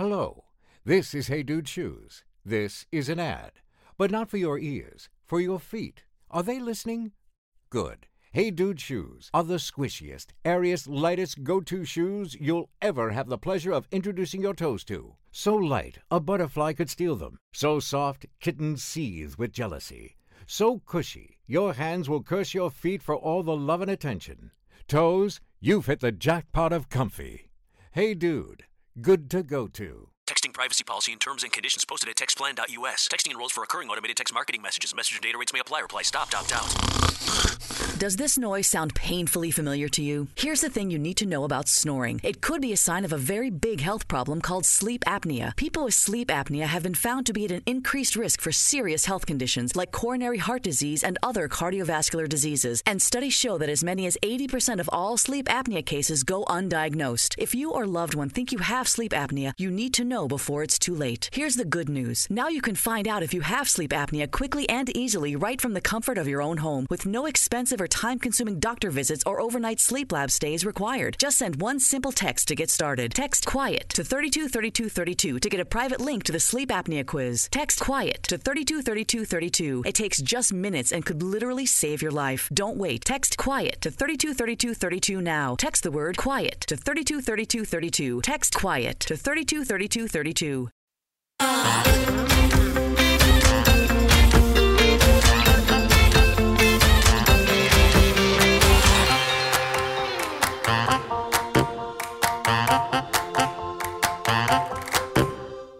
Hello, this is Hey Dude Shoes. This is an ad, but not for your ears, for your feet. Are they listening? Good. Hey Dude Shoes are the squishiest, airiest, lightest go to shoes you'll ever have the pleasure of introducing your toes to. So light, a butterfly could steal them. So soft, kittens seethe with jealousy. So cushy, your hands will curse your feet for all the love and attention. Toes, you've hit the jackpot of comfy. Hey Dude, good to go to. Texting privacy policy and terms and conditions posted at textplan.us. Texting enrolls for recurring automated text marketing messages. Message and data rates may apply. Reply stop, opt out. Does this noise sound painfully familiar to you? Here's the thing you need to know about snoring. It could be a sign of a very big health problem called sleep apnea. People with sleep apnea have been found to be at an increased risk for serious health conditions like coronary heart disease and other cardiovascular diseases. And studies show that as many as 80% of all sleep apnea cases go undiagnosed. If you or loved one think you have sleep apnea, you need to know before it's too late. Here's the good news. Now you can find out if you have sleep apnea quickly and easily right from the comfort of your own home with no expensive or time consuming doctor visits or overnight sleep lab stays required. Just send one simple text to get started. Text quiet to 323232 to get a private link to the sleep apnea quiz. Text quiet to 323232. It takes just minutes and could literally save your life. Don't wait. Text quiet to 323232 now. Text the word quiet to 323232. Text quiet to 323232.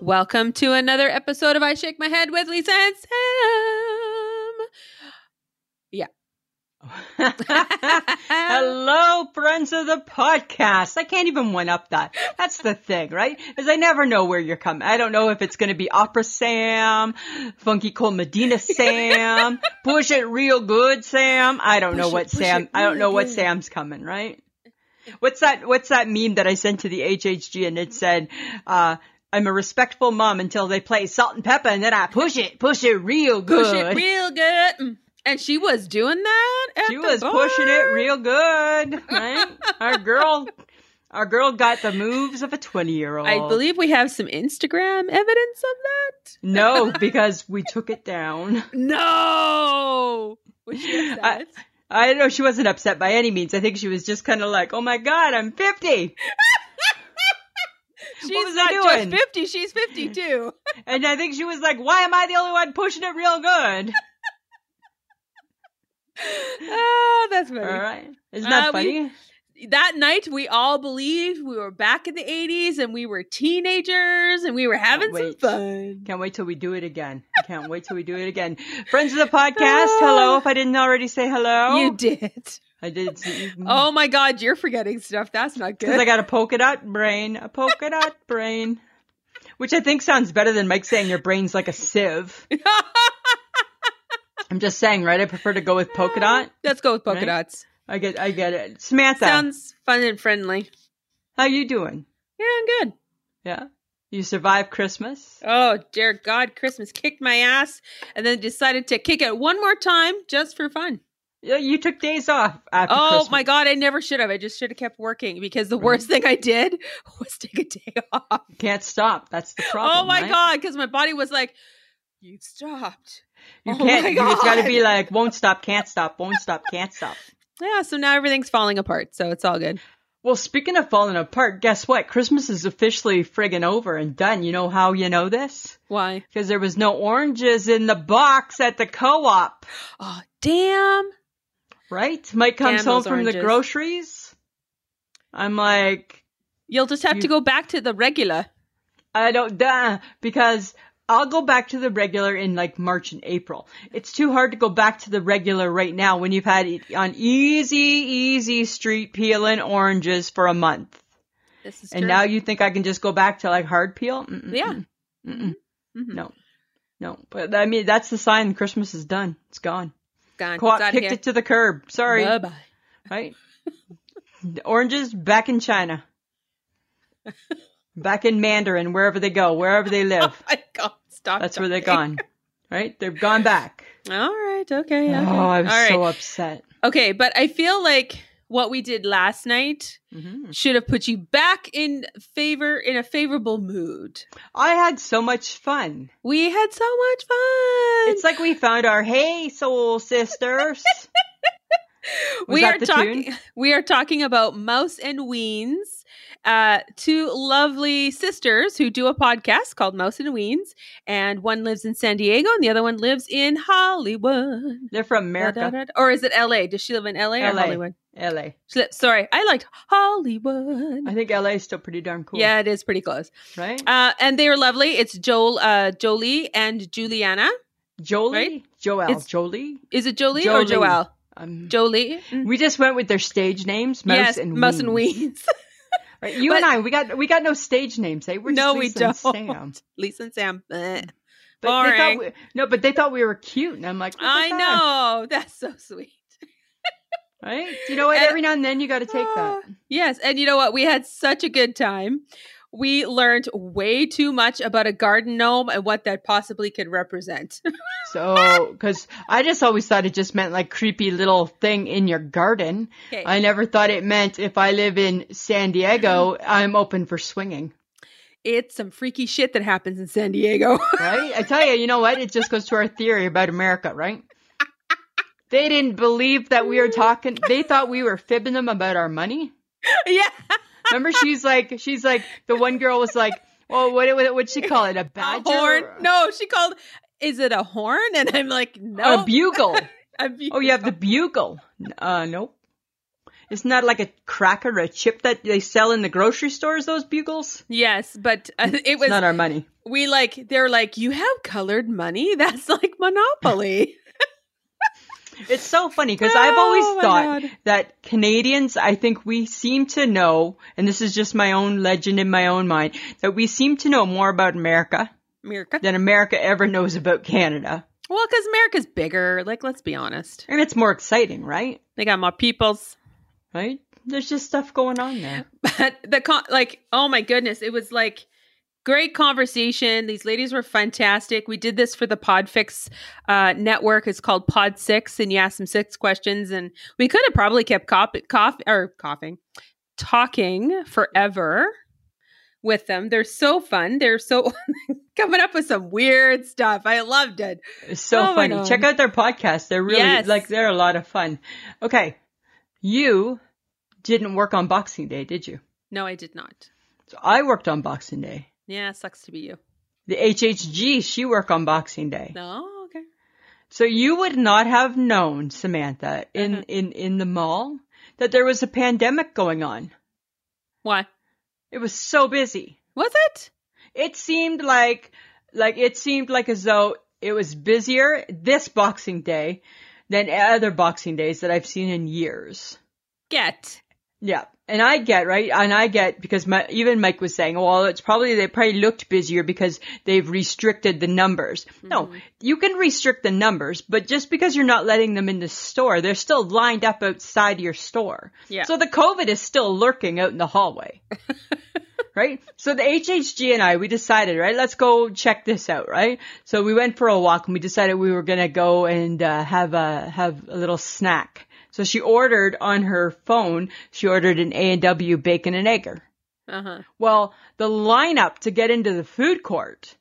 Welcome to another episode of I Shake My Head with Lisa and Sam. Um, Hello, friends of the podcast. I can't even one up that. That's the thing, right? Is I never know where you're coming. I don't know if it's going to be Opera Sam, Funky Cold Medina Sam, Push It Real Good Sam. I don't know Push it, what push Sam. it I don't know real what good. Sam's coming, right? What's that? What's that meme that I sent to the HHG and it said, uh, "I'm a respectful mom until they play Salt and Pepper, and then I push it, push it real good." Push it real good. Mm. And she was doing that. at she the was pushing it bar. real good, right? our girl, our girl got the moves of a twenty-year-old. I believe we have some Instagram evidence of no, because we took it down. that. No. Was she I- upset? I know she wasn't upset by any means. I think she was just kind of like, "Oh my god, I'm 50. she's was I not just doing? 50, she's 52. and I think she was like, "Why am I the only one pushing it real good?" oh, that's funny. All right, isn't Uh, that we- funny? That night, we all believed we were back in the 80s and we were teenagers and we were having some wait. fun. Can't wait till we do it again. I Can't wait till we do it again. Friends of the podcast, hello. If I didn't already say hello, You did. I did. See, Oh my God, you're forgetting stuff. That's not good. Because I got a polka dot brain, a polka dot brain, which I think sounds better than Mike saying your brain's like a sieve. I'm just saying, right? I prefer to go with polka dot. Let's go with polka Right? dots. I get, I get it. Samantha, Sounds fun and friendly. how you doing? Yeah, I'm good. Yeah, you survived Christmas. Oh, dear God, Christmas kicked my ass and then decided to kick it one more time just for fun. Yeah, You took days off after oh Christmas. my God, I never should have. I just should have kept working because the worst thing I did was take a day off. You can't stop. That's the problem. oh my right? God, because my body was like, you've stopped. You Oh can't. my you just got to be God. like, won't stop, can't stop, won't stop, can't stop. Yeah, so now everything's falling apart. So it's all good. Well, speaking of falling apart, guess what? Christmas is officially friggin' over and done. You know how you know this? Why? because there was no oranges in the box at the co-op. Oh, damn. Right? Mike comes Damn home those from the oranges. groceries. I'm like, You'll just have You- to go back to the regular. I don't duh, because I'll go back to the regular in like March and April. It's too hard to go back to the regular right now when you've had it on easy, easy street peeling oranges for a month. This is And true. now you think I can just go back to like hard peel? Mm-mm. Yeah. Mm-mm. Mhm. No. No. But I mean, that's the sign Christmas is done. It's gone. Gone. Co-op It's outta kicked here. it to the curb. Sorry. Bye-bye. right? The Oranges back in China, back in Mandarin, wherever they go, wherever they Oh live, my god! Stop. that's where they're talking. gone, right? They've gone back. All right. Okay. okay. Oh, I was All right. so upset. okay, but I feel like what we did last night Mhm. should have put you back in favor in a favorable mood. I had so much fun. We had so much fun. It's like we found our hey soul sisters. Was we that are the talking tune? we are talking about Mouse and Weens, uh, two lovely sisters who do a podcast called Mouse and Weens, and one lives in San Diego and the other one lives in Hollywood. They're from America, Da-da-da-da. Or is it LA? Does she live in LA, or LA. Hollywood? LA. She li- sorry, I liked Hollywood. I think LA is still pretty darn cool. Yeah, it is pretty close. Right? Uh, and they are lovely. It's Joel, uh, Jolie, and Juliana. Jolie? right? Joel. It's- Jolie? Is it Jolie, or Jolie. Joel? Um, Jolie. we just went with their stage names, Mouse yes, and Mouse and Ween. Weens. Right, You But- and I, we got we got no stage names. Eh? We're just No, we Lisa and don't. Sam. Lisa and Sam. Eh. But They Boring. thought we, no, but they thought we were cute, and I'm like, what the I heck? know. That's so sweet. right? You know what? And- Every now and then, you got to take Ah, that. Yes. And you know what? We had such a good time. We learned way too much about a garden gnome and what that possibly could represent. So, because I just always thought it just meant like creepy little thing in your garden. Okay. I never thought it meant if I live in San Diego, I'm open for swinging. it's some freaky shit that happens in San Diego. Right? I tell you, you know what? It just goes to our theory about America, right? They didn't believe that we were talking. They thought we were fibbing them about our money. yeah. Remember, she's like, she's like, the one girl was like, well, what what would she call it? A A badger? horn. or- No, she called, is it a horn? And I'm like, no. A bugle. a bu- Oh, you have the bugle. Uh, nope. Isn't that like a cracker or a chip that they sell in the grocery stores? Those bugles. Yes, but uh, it It's was not our money. we like they're like you have colored money. That's like Monopoly. It's so funny because I've Oh, my always thought God. that Canadians. I think we seem to know, and this is just my own legend in my own mind, that we seem to know more about America America. than America ever knows about Canada, Well, because America's bigger. Like, let's be honest. and it's more exciting, right? They got more peoples. Right? There's just stuff going on there. But the con- like, oh my goodness, it was like great conversation. These ladies were fantastic. We did this for the Podfix uh, network. It's called Pod Six, and you asked them six questions, and we could have probably kept cop- cough or coughing, talking forever with them. They're so fun. They're so coming up with some weird stuff. I loved it. It's so Oh my funny. God. Check out their podcast. They're really Yes. like they're a lot of fun. Okay. You didn't work on Boxing Day, did you? No, I did not. So I worked on Boxing Day. Yeah, sucks to be you. The HHG, she worked on Boxing Day. No, okay. So you would not have known, Samantha, in, Uh-huh. in, in the mall that there was a pandemic going on. Why? It was so busy. Was it? It seemed like like it seemed like as though it was busier this Boxing Day than other Boxing Days that I've seen in years. Get. Yeah. And I get, right? And I get because my, even Mike was saying, well, it's probably, they probably looked busier because they've restricted the numbers. No, you can restrict the numbers, but just because you're not letting them in the store, they're still lined up outside your store. Yeah. So the COVID is still lurking out in the hallway. right? So the HHG and I, we decided, right? Let's go check this out, right? So we went for a walk and we decided we were going to go and uh, have a, have a little snack. So she ordered on her phone, she ordered an A&W bacon and egger. Uh huh. Well, the lineup to get into the food court,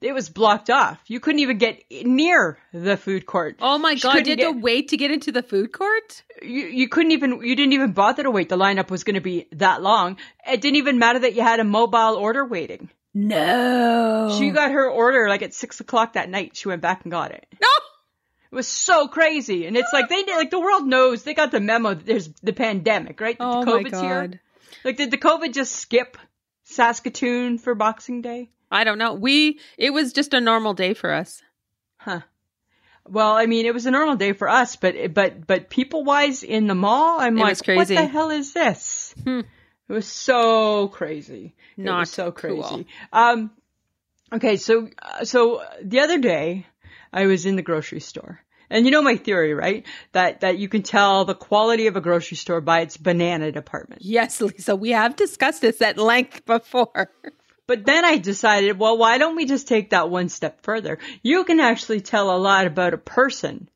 it was blocked off. You couldn't even get near the food court. Oh my She god! couldn't Did you get- have to wait to get into the food court? you, you couldn't even you didn't even bother to wait. The lineup was going to be that long. It didn't even matter that you had a mobile order waiting. No. She got her order like at six o'clock that night. She went back and got it. no. It was so crazy, and it's like they like the world knows they got the memo. That there's the pandemic, right? That Oh the my COVID's god! here. Like did the COVID just skip Saskatoon for Boxing Day? I don't know. We it was just a normal day for us. Huh. Well, I mean, it was a normal day for us, but but but people wise in the mall, I'm It like, was crazy. what the hell is this? Hmm. It was so crazy. It was Not so crazy. cool. Um, okay, so uh, so uh, the other day, I was in the grocery store, and you know my theory, right? That that you can tell the quality of a grocery store by its banana department. Yes, Lisa, we have discussed this at length before. But then I decided, well, why don't we just take that one step further? You can actually tell a lot about a person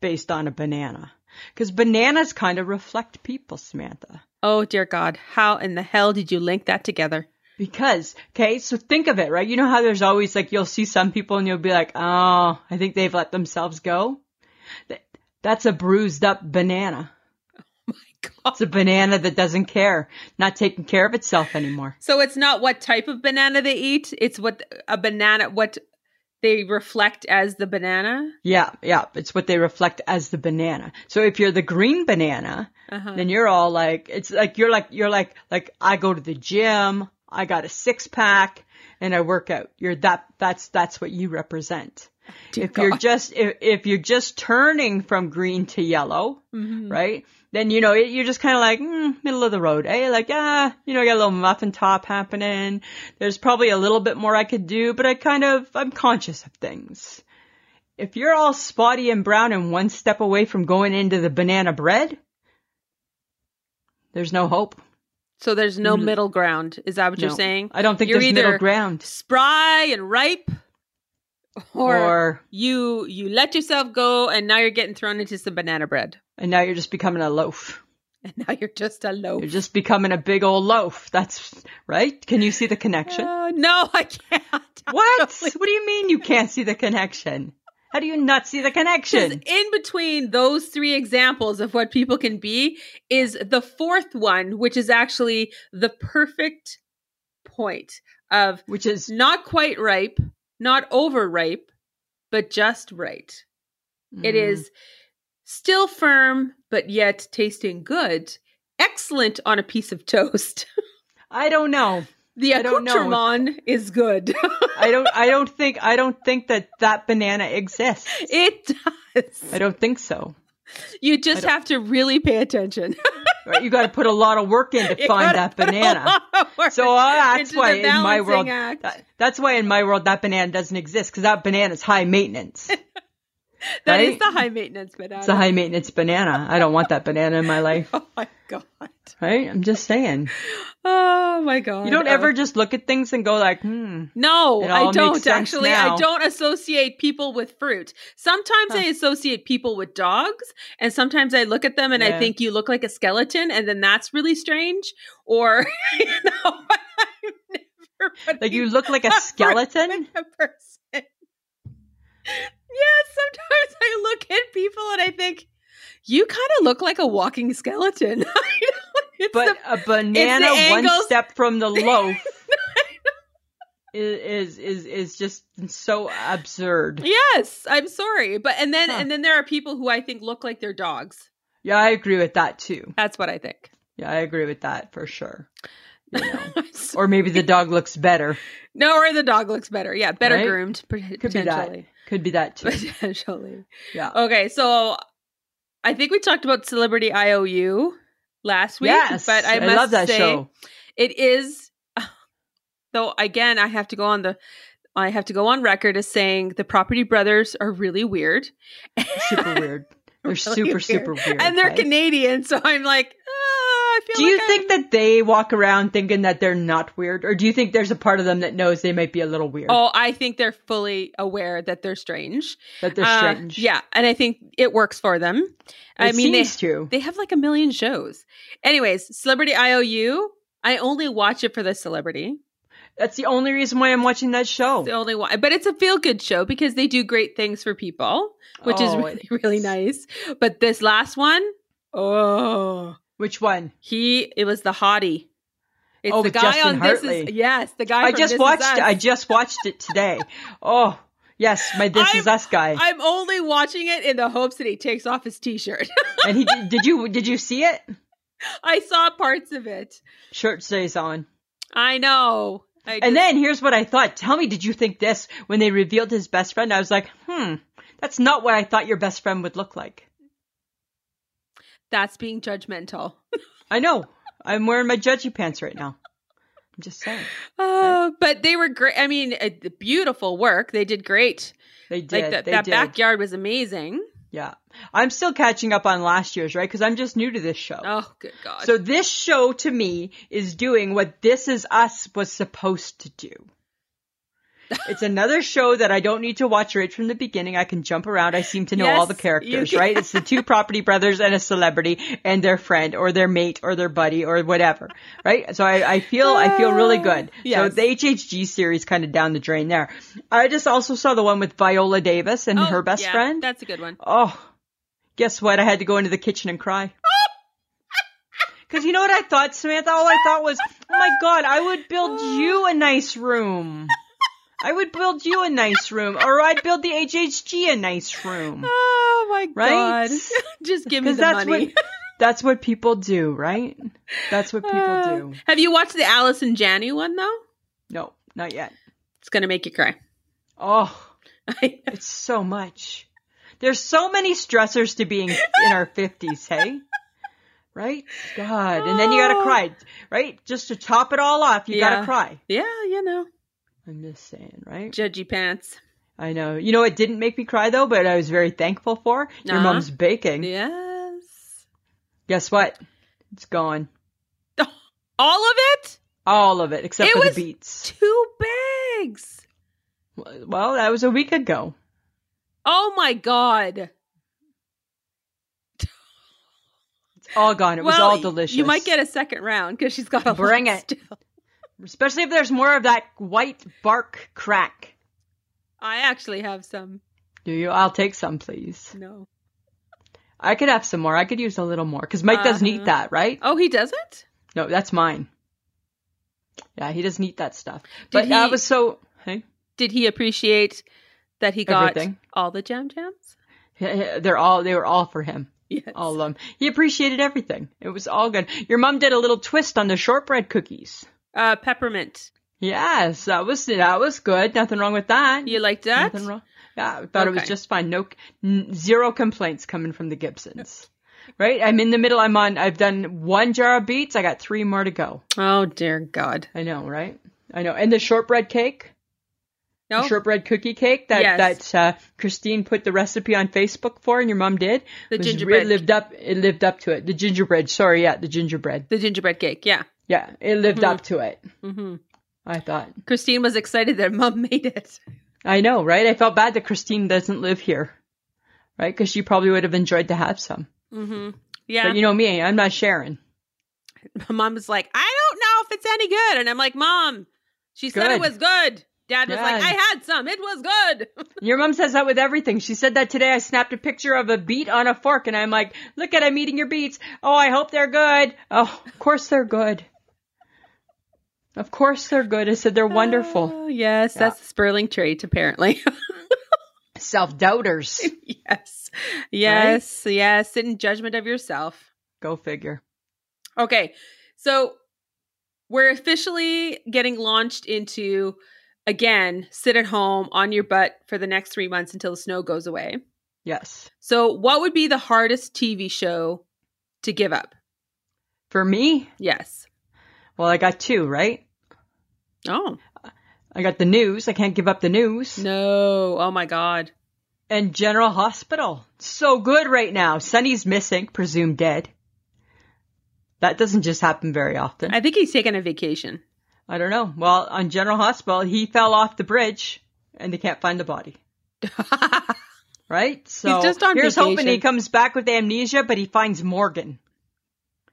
based on a banana. Because bananas kind of reflect people, Samantha. Oh dear God, how in the hell did you link that together? Because, okay, so think of it, right? You know how there's always like, you'll see some people and you'll be like, oh, I think they've let themselves go. Th- That's a bruised up banana. My God. It's a banana that doesn't care, not taking care of itself anymore. So it's not what type of banana they eat; it's what a banana what they reflect as the banana. Yeah, yeah. It's what they reflect as the banana. So if you're the green banana, Uh-huh. then you're all like, it's like, you're like, you're like, like, I go to the gym, I got a six pack, and I work out. You're that, that's, that's what you represent. Dear if you're God. just, if, if you're just turning from green to yellow, Mm-hmm. right? Then, you know, it- you're just kind of like, mm, middle of the road, eh? Like, ah, you know, I got a little muffin top happening. There's probably a little bit more I could do, but I kind of, I'm conscious of things if you're all spotty and brown and one step away from going into the banana bread, there's no hope. So there's no middle ground. Is that what you're No. saying? I don't think you're there's either middle ground. Spry and ripe, or, Or- you you let yourself go, and now you're getting thrown into some banana bread, And now you're just becoming a loaf. and now you're just a loaf. You're just becoming a big old loaf. That's right. Can you see the connection? Uh, no, I can't. what? What do you mean you can't see the connection? How do you not see the Because connection? in between those three examples of what people can be is the fourth one, which is actually the perfect point of Which is not quite ripe, not overripe, but just right. It mm, Mm-hmm. is still firm, but yet tasting good. Excellent on a piece of toast. I don't know. The I don't know. accoutrement is good. I don't I don't think I don't think that that banana exists. it does. I don't think so. You just have to really pay attention. Right? You got to put a lot of work in to You find gotta that put a banana. lot of work So uh, that's into why the in my balancing world, act. that- that's why in my world that banana doesn't exist because that banana is high maintenance. That is right? the high maintenance banana. It's a high maintenance banana. I don't want that banana in my life. oh my god. Right? I'm just saying. Oh my god. You don't Oh. ever just look at things and go like, hmm. No, It all I makes don't sense actually. I now. don't associate people with fruit. Sometimes I associate people with dogs, and sometimes I look at them and I Yeah. think you look like a skeleton, and then that's really strange. Or you know, I've never put Like you people look like a with skeleton. a person. Yes, sometimes I look at people and I think you kind of look like a walking skeleton. I don't- it's But uh the- a banana one angles. step from the loaf i- is is is just so absurd. yes, I'm sorry, but and then Huh. and then there are people who I think look like they're dogs. Yeah, I agree with that too. That's what I think. Yeah, I agree with that for sure. You know. Or maybe the dog looks better. no, or the dog looks better. Yeah, better Right? groomed pot- Could be that. potentially. Oh, Could be that too. Potentially. Yeah. Okay, so I think we talked about Celebrity IOU last week, yes, but I, I, must love that say show. it is though again I have to go on the I have to go on record as saying the Property Brothers are really weird. Super weird. They're Really super super weird. And they're okay? Canadian, so I'm like, ah, I feel Do you like think I'm- that they walk around thinking that they're not weird, or do you think there's a part of them that knows they might be a little weird, Oh, I think they're fully aware that they're strange. that they're Uh, strange? yeah, and I think it works for them. I It mean, they, seems to. they have like a million shows. Anyways, Celebrity IOU. I only watch it for the celebrity. That's the only reason why I'm watching that show. The only one, but it's a feel good show because they do great things for people, which is Oh, really really nice. But this last one, oh, Which one? he it was the hottie. It's Oh, the with guy Justin on this Hartley. is yes, the guy. I from just This Is watched. Us. I just watched it today. oh yes, my This Is I'm- Us guy. I'm only watching it in the hopes that he takes off his t-shirt. and he did, did you did you see it? I saw parts of it. Shirt stays on. I know. I And just- then here's what I thought. Tell me, did you think this when they revealed his best friend? I was like, hmm, that's not what I thought your best friend would look like. that's being judgmental. I know. I'm wearing my judgy pants right now. I'm just saying. Uh, but they were great. I mean, uh, the beautiful work. They did great. They did. like that they that did. backyard was amazing. Yeah. I'm still catching up on last year's, right? Because I'm just new to this show. Oh, good God. So this show to me is doing what This Is Us was supposed to do. It's another show that I don't need to watch right from the beginning. I can jump around. I seem to know Yes, all the characters, you- right? It's the two property brothers and a celebrity and their friend or their mate or their buddy or whatever, right? So I, I feel I feel really good. Uh, Yes. So the HHG series kind of down the drain there. I just also saw the one with Viola Davis and Oh, her best yeah, friend. That's a good one. Oh, guess what? I had to go into the kitchen and cry. Because you know what I thought, Samantha? All I thought was, oh my God, I would build you a nice room. I would build you a nice room, or I'd build the HHG a nice room. Oh my Right? god! Just give me Because the that's money. what that's what people do, right? That's what people Uh, do. Have you watched the Alice and Janu one though? No, not yet. It's gonna make you cry. Oh, it's so much. There's so many stressors to being in our 50s, hey? Right? God. And then you gotta cry, right? Just to top it all off, you Yeah. gotta cry. yeah, you know, I'm just saying, right? judgy pants. I know. You know what didn't make me cry though, but I was very thankful for? Your Uh-huh. mom's baking. Yes, Guess what? It's gone. all of it. All of it, except It for was the beets. Two bags. well, that was a week ago. Oh my god! It's all gone. It was Well, all y- delicious. You might get a second round because she's got a Bring lot it. still. Especially if there's more of that white bark crack. I actually have some. Do you? I'll take some, please. No. I could have some more. I could use a little more because Mike doesn't eat Uh-huh. that, right? Oh, he doesn't. No, that's mine. Yeah, he doesn't eat that stuff. Did but he- that was so. Hey, Did he appreciate that he got Everything. all the jam jams? Yeah, they're all they were all for him. Yes. All of them. He appreciated everything. It was all good. Your mom did a little twist on the shortbread cookies. Uh, peppermint. Yes, that was that was good. Nothing wrong with that. You like that? Nothing wrong. Yeah, I thought it was Okay. just fine. No, n- zero complaints coming from the Gibsons. Right? I'm in the middle. I'm on. I've done one jar of beets. I got three more to go. Oh dear God. I know, right? I know. And the shortbread cake, No. the shortbread cookie cake that Yes. that uh, Christine put the recipe on Facebook for, and your mom did. The was- gingerbread. It lived up. It lived up to it. The gingerbread. Sorry, yeah, the gingerbread. The gingerbread cake. Yeah. Yeah, it lived Mm-hmm. up to it. hmm I thought. Christine was excited that mom made it. I know, right? I felt bad that Christine doesn't live here, right? Because she probably would have enjoyed to have some. hmm Yeah. But you know me, I'm not sharing. My mom was like, I don't know if it's any good. And I'm like, Mom, she said it Good. was good. Dad was like, Good. I had some. It was good. Your mom says that with everything. She said that today. I snapped a picture of a beet on a fork, and I'm like, "Look at, I'm eating your beets. Oh, I hope they're good. Oh, of course they're good. Of course they're good." I said they're wonderful. Oh, yes. That's the Sperling trait, apparently. Self doubters. yes. Yes. Yes. Sit in judgment of yourself. Go figure. Okay. So we're officially getting launched into again, sit at home on your butt for the next three months until the snow goes away. Yes. So, what would be the hardest TV show to give up? For me, Yes. well, I got two right. Oh, I got the news. I can't give up the news. no. Oh, my God. And General Hospital. So good right now. Sonny's missing, presumed dead. That doesn't just happen very often. I think he's taking a vacation. I don't know. Well, on General Hospital, he fell off the bridge and they can't find the body. right? So just on here's hoping he vacation. comes back with amnesia, but he finds Morgan.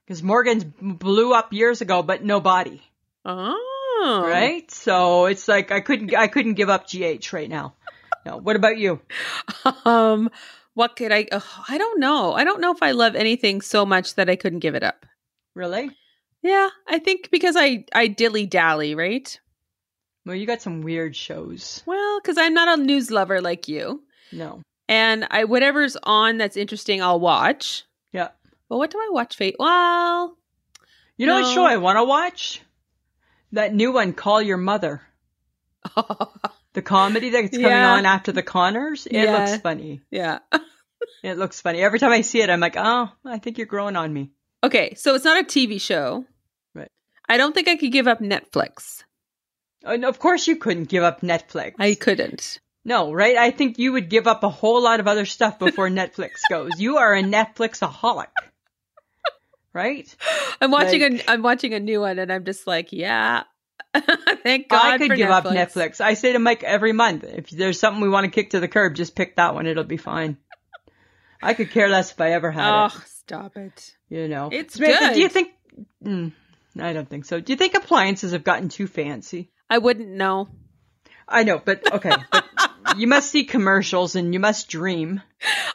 Because Morgan blew up years ago, but no body. Oh. Right? So it's like I couldn't I couldn't give up GH right now. No. What about you? Um, what could I? ugh, I don't know. I don't know if I love anything so much that I couldn't give it up. Really? Yeah, I think because I I dilly dally, right? Well, you got some weird shows. Well, because I'm not a news lover like you, No. and I whatever's on that's interesting, I'll watch. Yeah. But what do I watch? Fate. Well, You know what No. show I want to watch? That new one, Call Your Mother. The comedy that's coming Yeah. on after the Connors. It Yeah. looks funny. yeah. It looks funny. Every time I see it, I'm like, oh, I think you're growing on me. Okay, so it's not a TV show. Right. I don't think I could give up Netflix. And of course, you couldn't give up Netflix. I couldn't. no, right? I think you would give up a whole lot of other stuff before Netflix goes. You are a Netflixaholic, right? I'm watching Like- a I'm watching a new one and I'm just like, yeah, Thank God. I could for give Netflix. up Netflix. I say to Mike every month, if there's something we want to kick to the curb, just pick that one. It'll be fine. I could care less if I ever had it. Oh, stop it. You know, it's Samantha, Do you good. think? Mm, I don't think so. Do you think appliances have gotten too fancy? I wouldn't know. I know, but okay. But you must see commercials and you must dream.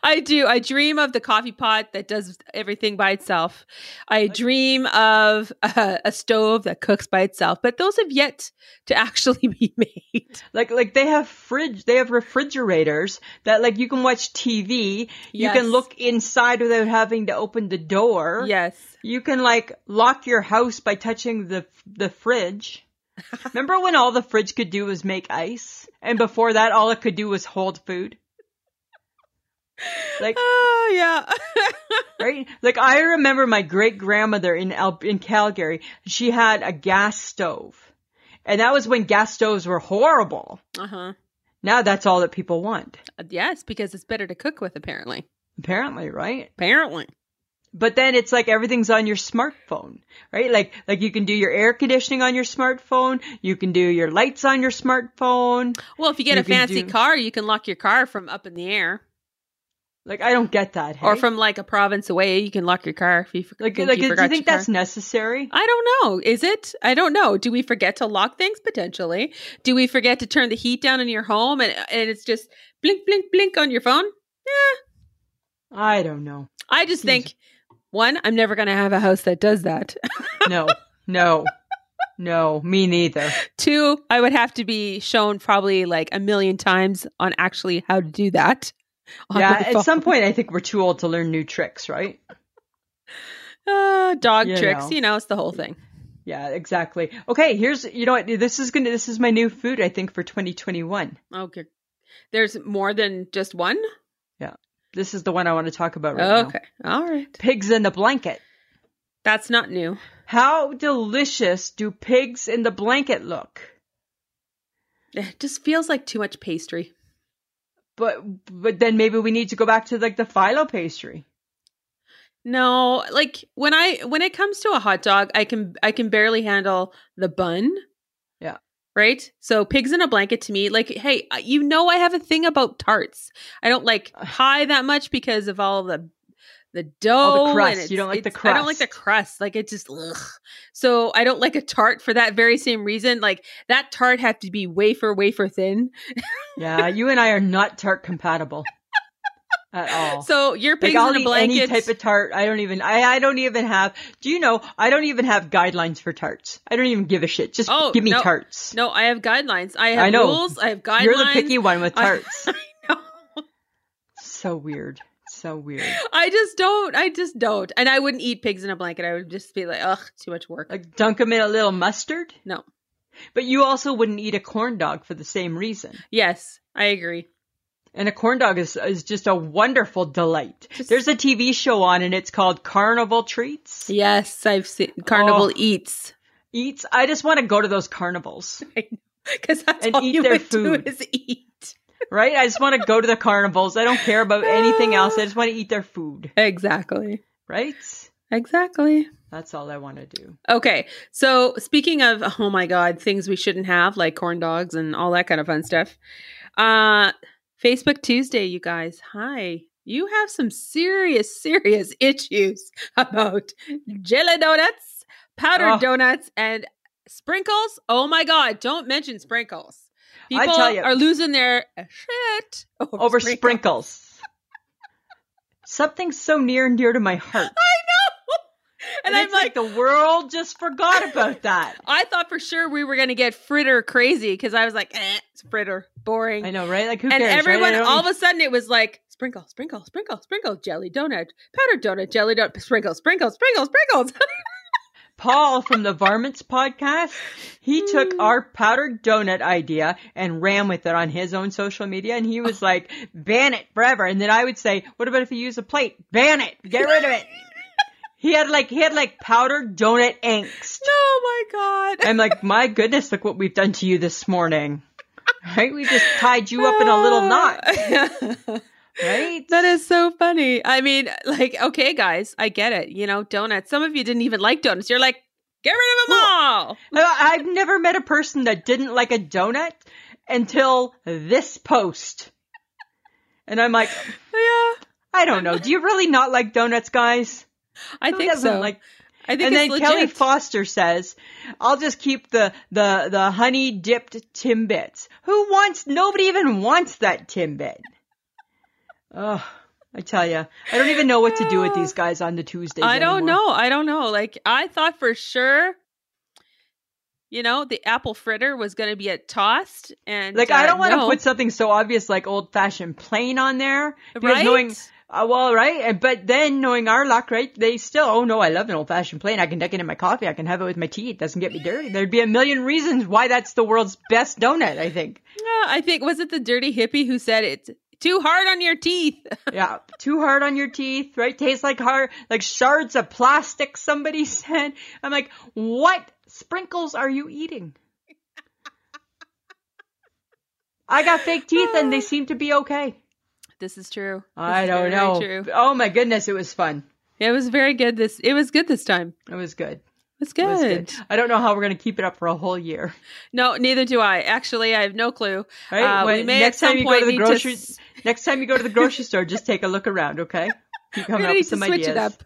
I do. I dream of the coffee pot that does everything by itself. I dream of a, a stove that cooks by itself, but those have yet to actually be made. Like like they have fridge, they have refrigerators that like you can watch TV. You Yes. can look inside without having to open the door. Yes. You can like lock your house by touching the the fridge. Remember when all the fridge could do was make ice, and before that, all it could do was hold food. Like Oh, yeah. right? Like I remember my great grandmother in Al- in Calgary. She had a gas stove, and that was when gas stoves were horrible. uh huh. Now that's all that people want, Uh, Yes, because it's better to cook with, apparently. apparently, right? Apparently. But then it's like everything's on your smartphone, right? Like like you can do your air conditioning on your smartphone, you can do your lights on your smartphone. Well, if you get You a can fancy do- car, you can lock your car from up in the air Like I don't get that. or hey? from like a province away. You can lock your car if you f- like think like you do you forgot think your car. that's necessary? I don't know. Is it? I don't know. Do we forget to lock things potentially? Do we forget to turn the heat down in your home and and it's just blink blink blink on your phone? Eh, I don't know. I just think one, I'm never going to have a house that does that. No, no, no, me neither. Two, I would have to be shown probably like a million times on actually how to do that. on Yeah, my phone. at some point, I think we're too old to learn new tricks, right? Uh, dog You tricks, know. you know, it's the whole thing. Yeah, exactly. Okay, here's you know what this is gonna this is my new food I think for 2021. Okay. There's more than just one? This is the one I want to talk about right now. okay. All right. Pigs in the blanket. That's not new. How delicious do pigs in the blanket look? It just feels like too much pastry. But but then maybe we need to go back to like the phyllo pastry. No, like when I when it comes to a hot dog, I can I can barely handle the bun. Yeah. Right? So pigs in a blanket to me, like hey, uh, you know I have a thing about tarts. I don't like pie that much because of all the the dough and crust. it's- You don't like the it's- I don't like the crust. crust. Like it just ugh. So I don't like a tart for that very same reason. Like that tart had to be wafer wafer thin. Yeah, you and I are not tart compatible at all. So your Like pigs I'll in a eat blanket any type of tart. I don't even. I, I don't even have. Do you know? I don't even have guidelines for tarts. I don't even give a shit. Just Oh, give me no. tarts. No, I have guidelines. I have I know. rules. I have guidelines. You're the picky one with I- tarts. No. so weird. So weird. I just don't. I just don't. And I wouldn't eat pigs in a blanket. I would just be like, ugh, too much work. Like dunk them in a little mustard. no. But you also wouldn't eat a corn dog for the same reason. Yes, I agree. And a corn dog is is just a wonderful delight. Just- There's a TV show on, and it's called Carnival Treats. Yes, I've seen Carnival Oh. eats Eats. I just want to go to those carnivals. because that's And all eat you their would food. do is eat. right? I just want to go to the carnivals. I don't care about anything else. I just want to eat their food, Exactly. right? Exactly. That's all I want to do. Okay. So speaking of, oh my God, things we shouldn't have like corn dogs and all that kind of fun stuff. Uh, Facebook Tuesday, you guys. Hi. You have some serious, serious issues about jelly donuts, powdered Oh. donuts, and sprinkles. Oh my God. Don't mention sprinkles. I People tell ya. are losing their shit over, Over Oh, sprinkles. sprinkles. Something so near and dear to my heart. And, And I'm it's like, like, the world just forgot about that. I thought for sure we were going to get fritter crazy because I was like, eh, it's fritter, boring. I know, right? Like who and cares? everyone all of a sudden it was like sprinkle sprinkle sprinkle sprinkle jelly donut powdered donut jelly donut sprinkle sprinkle sprinkle sprinkles Paul from the Varmints podcast, he took our powdered donut idea and ran with it on his own social media, and he was like, "Ban it forever." And then I would say, "What about if you use a plate? Ban it. Get rid of it." he had like he had like powdered donut angst. oh my god I'm like, my goodness, look what we've done to you this morning. Right? We just tied you up in a little knot. knot Right? that is so funny i mean like okay guys i get it you know donuts some of you didn't even like donuts you're like Get rid of them all. I- I've never met a person that didn't like a donut until this post. And I'm like, Yeah, I don't know. Do you really not like donuts, guys? I Who think doesn't so. Like, I think and it's then Kelly legit. Foster says, "I'll just keep the the the honey dipped timbits. Who wants? Nobody even wants that timbit. oh, I tell you, I don't even know what to do with these guys on the Tuesdays. I don't anymore. know. I don't know. Like I thought for sure, you know, the apple fritter was going to be at tossed, and Like, I uh, don't want to no. put something so obvious like old fashioned plain on there. Because right. knowing, uh, well, right. and- But then knowing our luck, right? They still, oh no, I love an old fashioned plain. I can dunk it in my coffee. I can have it with my tea. It doesn't get me dirty. There'd be a million reasons why that's the world's best donut, I think. Yeah, I think was it the dirty hippie who said it's too hard on your teeth. Yeah. Too hard on your teeth, right? Tastes like hard, like shards of plastic, somebody said. I'm like, what sprinkles are you eating? I got fake teeth and they seem to be okay. this is true. This I is very don't know. True. Oh my goodness, it was fun. It was very good. This it was good this time. It was good. It was It good. was good. I don't know how we're gonna keep it up for a whole year. No, neither do I. Actually, I have no clue. Right? Uh, we When- may next at some time you go point to the need to grocery s- next time you go to the grocery store, just take a look around, okay? Keep we're coming gonna up need with to oh some switch ideas. it up.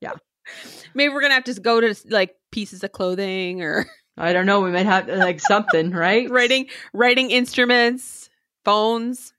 Yeah. Maybe we're gonna have to go to like pieces of clothing or I don't know, we might have like something, right? writing writing instruments, phones.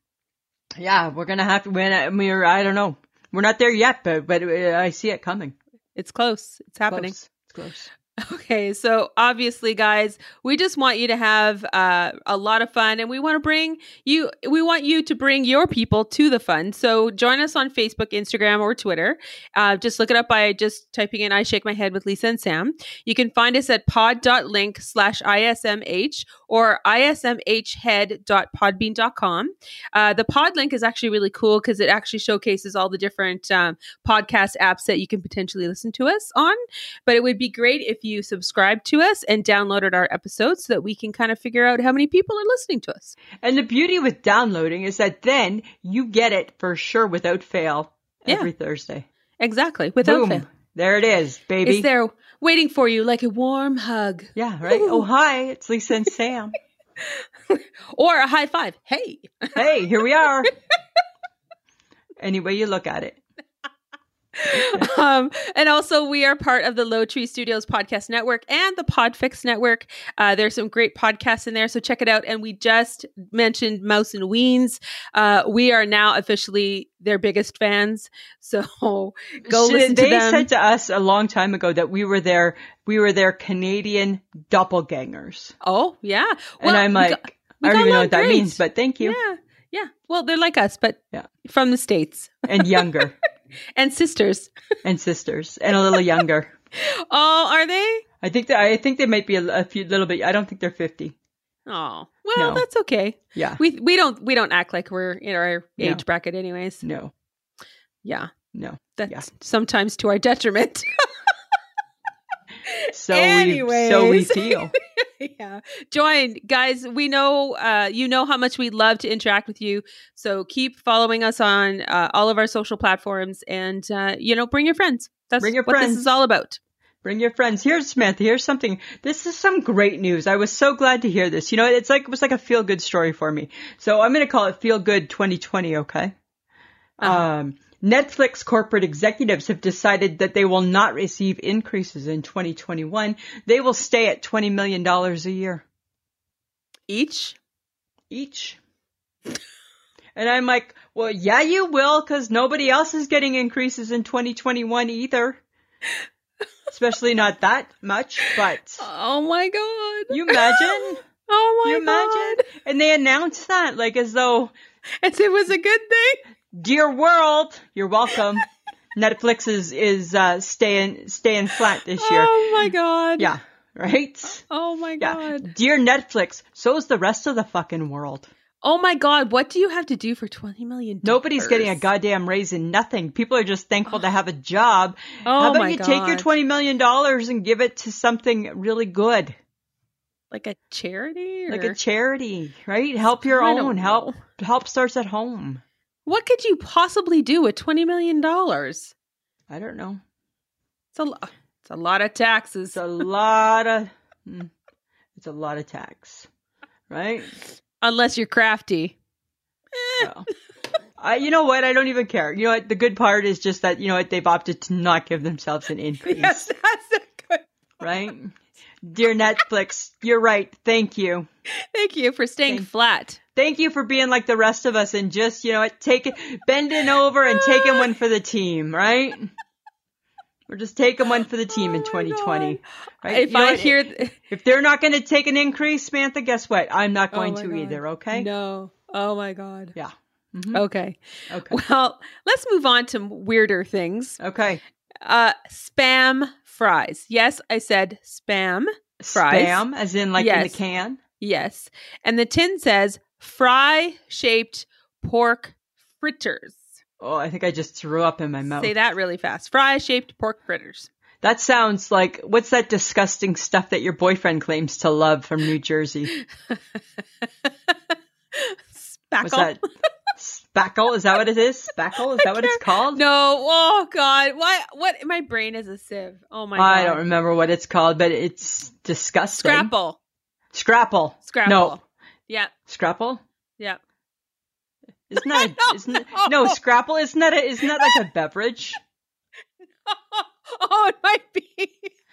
Yeah, we're gonna have to. When uh, we're, I don't know, we're not there yet, but but uh, I see it coming. It's close. It's happening. Close. It's close. Okay, so obviously, guys, we just want you to have uh, a lot of fun, and we want to bring you. We want you to bring your people to the fun. So join us on Facebook, Instagram, or Twitter. Uh, just look it up by just typing in "I shake my head with Lisa and Sam." You can find us at pod.link slash ismh or ismhhead.podbean.com. Uh, the pod link is actually really cool because it actually showcases all the different um, podcast apps that you can potentially listen to us on but it would be great if you subscribed to us and downloaded our episodes so that we can kind of figure out how many people are listening to us. And the beauty with downloading is that then you get it for sure without fail Yeah. every Thursday. Exactly. Without Boom. fail. There it is, baby. It's there waiting for you like a warm hug Yeah, right. Oh, hi, it's Lisa and Sam. or a high five. Hey. hey, here we are. Any way you look at it. um, and also, we are part of the Low Tree Studios podcast network and the Podfix network. Uh, there's some great podcasts in there, so check it out. And we just mentioned Mouse and Weens. Uh, we are now officially their biggest fans. So go Sh- listen they to them. said to us a long time ago that we were their we were their Canadian doppelgangers, oh, yeah. and I'm we like, got- we I got don't even know along what that great. means, but thank you. Yeah. Yeah. Well, they're like us, but Yeah. from the States and younger and sisters. and sisters and a little younger. Oh, are they? I think that I think they might be a, a few little bit. I don't think they're fifty. Oh, well, No. that's okay. Yeah, We we don't we don't act like we're in our No. age bracket, anyways. no, Yeah, no. that's Yeah. sometimes to our detriment. So we so we Anyways. feel. yeah, join guys. We know uh, you know how much we love to interact with you, so keep following us on uh, all of our social platforms, and uh, you know, bring your friends. That's Bring your what friends. this is all about. Bring your friends. Here's Samantha. Here's something. This is some great news. I was so glad to hear this. You know, it's like it was like a feel good story for me. So I'm going to call it Feel Good 2020. Okay. Um, Netflix corporate executives have decided that they will not receive increases in 2021. They will stay at 20 million dollars a year. Each each. And I'm like, well, yeah, you will, because nobody else is getting increases in 2021 either. Especially not that much, but Oh my god! you imagine? Oh my You god! imagine? And they announced that like as though, As it was a good thing. dear world, you're welcome. Netflix is, is, uh, staying, staying flat this year. Oh my god! Yeah. Right? Oh my Yeah. god! Dear Netflix, so is the rest of the fucking world. Oh my god! What do you have to do for twenty million? Nobody's getting a goddamn raise in nothing. People are just thankful to have a job. Oh How about my you take your God. twenty million dollars and give it to something really good, like a charity? Or... like a charity, right? Help your I don't own. Help. know. Help starts at home. What could you possibly do with twenty million dollars? I don't know. It's a lot. It's a lot of taxes. It's a lot of mm, it's a lot of tax, right? Unless you're crafty. Eh, So. I, you know what? I don't even care. You know what? The good part is just that you know what they've opted to not give themselves an increase, Yes, that's a good. right? Dear Netflix, you're right. Thank you. Thank you for staying flat. Thank you for being like the rest of us and just, you know, what, take it, bending over and taking one for the team, right? We're just taking one for the team in 2020. Right? Oh If You know I what? hear, th- if they're not going to take an increase, Samantha, guess what? I'm not going Oh my to God. either. Okay. no. Oh my god. Yeah. Mm-hmm. Okay. Okay. Well, let's move on to weirder things. Okay. Uh, spam fries. Yes, I said spam. Fries. Spam, as in like in Yes. the can. Yes, and the tin says fry shaped pork fritters. Oh, I think I just threw up in my mouth. Say that really fast. Fry shaped pork fritters. That sounds like what's that disgusting stuff that your boyfriend claims to love from New Jersey? Spackle. What's that? Spackle? Is that what it is? Spackle? Is that what it's called? No. Oh God. Why? What? My brain is a sieve. Oh my. I God. don't remember what it's called, but it's disgusting. Scrapple. Scrapple. Scrapple. No. Yeah. Scrapple? Yeah. Isn't that don't a, isn't it- know. no scrapple? Isn't that a, isn't that like a beverage? Oh, it might be.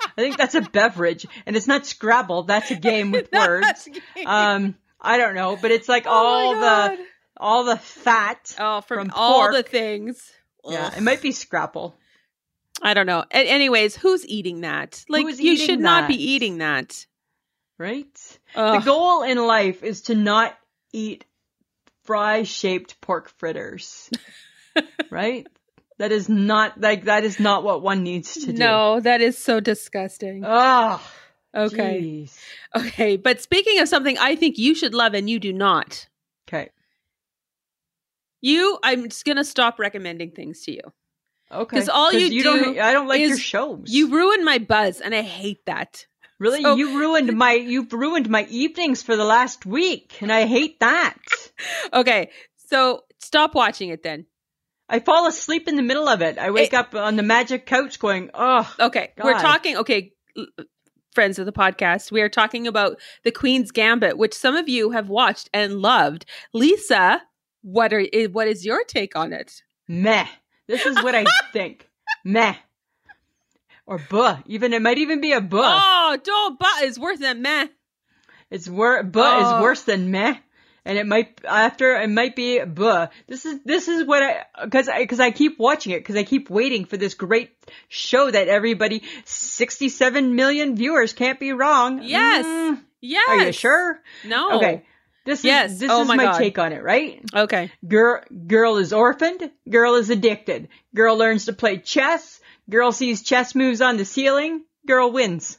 I think that's a beverage, and it's not Scrabble. That's a game with words. Um, I don't know, but it's like all the all the fat. oh from, from all the pork. things. Yeah, Ugh. it might be Scrapple. I don't know. A- anyways, who's eating that? Like Who's you eating should not be that? eating that. right? Ugh. The goal in life is to not eat fry shaped pork fritters, right? That is not like that is not what one needs to do. No, that is so disgusting. Oh, okay. Okay. But speaking of something I think you should love and you do not. Okay. You I'm just going to stop recommending things to you. Okay. 'Cause all you don't, do I don't like your is shows. You ruin my buzz and I hate that. really, so- you ruined my, you've ruined my evenings for the last week, and I hate that. Okay. So stop watching it then. I fall asleep in the middle of it. I wake It- up on the magic couch, going, oh, Okay, we're God. talking. Okay, l- friends of the podcast, we are talking about the Queen's Gambit, which some of you have watched and loved. Lisa, what are i- what is your take on it? meh. This is what I think. Meh. Or buh. Even it might even be a buh. Oh, don't but is worth a meh. It's wor- buh Oh. is worse than meh. And it might after it might be buh. This is this is what I because I because I keep watching it because I keep waiting for this great show that everybody sixty seven million viewers can't be wrong. Yes. Mm, Yes. Are you sure? No. Okay. This Yes. is this Oh is my my, God. take on it, right? Okay. Girl, girl is orphaned. Girl is addicted. Girl learns to play chess. Girl sees chess moves on the ceiling. Girl wins.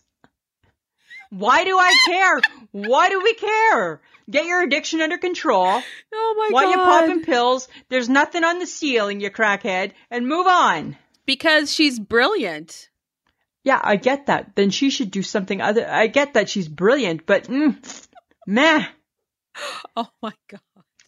Why do I care? Why do we care? Get your addiction under control. Oh my Why god. you popping pills? There's nothing on the ceiling, you crackhead, and move on. because she's brilliant. Yeah, I get that. Then she should do something other. I get that she's brilliant, but mm, meh. Oh my god.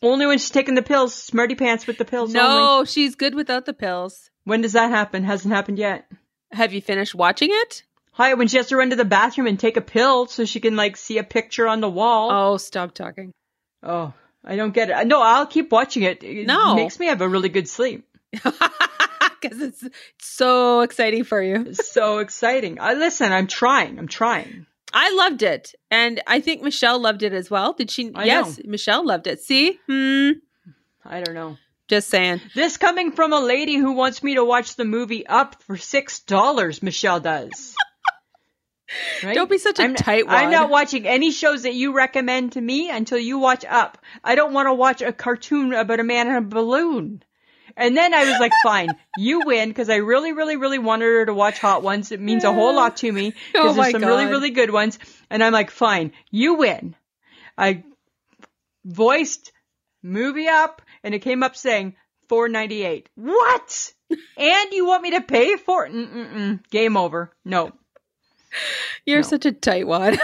Only when she's taking the pills, smarty pants with the pills. Only. No, she's good without the pills. When does that happen? Hasn't happened yet. Have you finished watching it? Hi, when she has to run to the bathroom and take a pill so she can like see a picture on the wall. Oh, stop talking. Oh, I don't get it. Uh, No, I'll keep watching it. It No. makes me have a really good sleep. Because it's so exciting for you. It's so exciting. I listen. I'm trying. I'm trying. I loved it, and I think Michelle loved it as well. Did she? I yes, Michelle loved it. See, hmm. I don't know. Just saying. This coming from a lady who wants me to watch the movie Up for six dollars. Michelle does. Right? Don't be such a I'm- tightwad. I'm not watching any shows that you recommend to me until you watch Up. I don't want to watch a cartoon about a man in a balloon. And then I was like, fine, you win because I really, really, really wanted her to watch Hot Ones. It means a whole lot to me Oh because my there's some really, God. really good ones. And I'm like, fine, you win. I voiced movie up and it came up saying 498 what and you want me to pay for it Mm-mm-mm. game over no You're such a tightwad.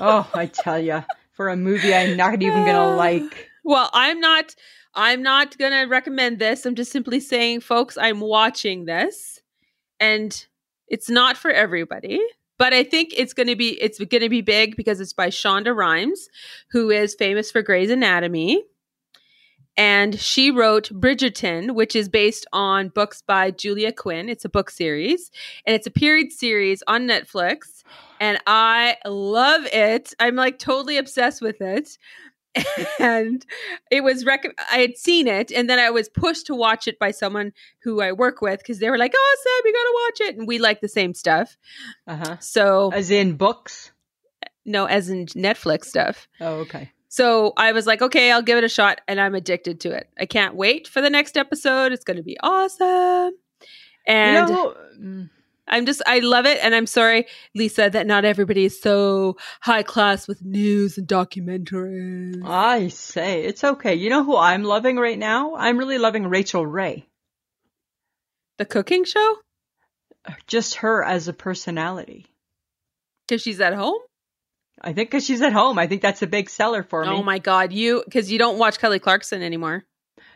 oh i tell ya for a movie i'm not even gonna like well, I'm not. I'm not gonna recommend this. I'm just simply saying, folks, I'm watching this, and It's not for everybody, but I think it's going to be it's going to be big because it's by Shonda Rhimes, who is famous for Grey's Anatomy. And she wrote Bridgerton, which is based on books by Julia Quinn. It's a book series, and it's a period series on Netflix. And I love it. I'm like totally obsessed with it and it was rec- I had seen it, and then I was pushed to watch it by someone who I work with because they were like, "Oh, Sam, you gotta watch it," and we like the same stuff. Uh huh. So As in books. no, as in Netflix stuff. Oh, okay. So I was like, "Okay, I'll give it a shot," and I'm addicted to it. I can't wait for the next episode. It's gonna be awesome. And you know, mm, I'm just, I love it. And I'm sorry, Lisa, that not everybody is so high class with news and documentaries. I say it's okay. You know who I'm loving right now? I'm really loving Rachel Ray. the cooking show? Just her as a personality. Because she's at home? I think 'cause she's at home. I think that's a big seller for me. Oh my god, you because you don't watch Kelly Clarkson anymore.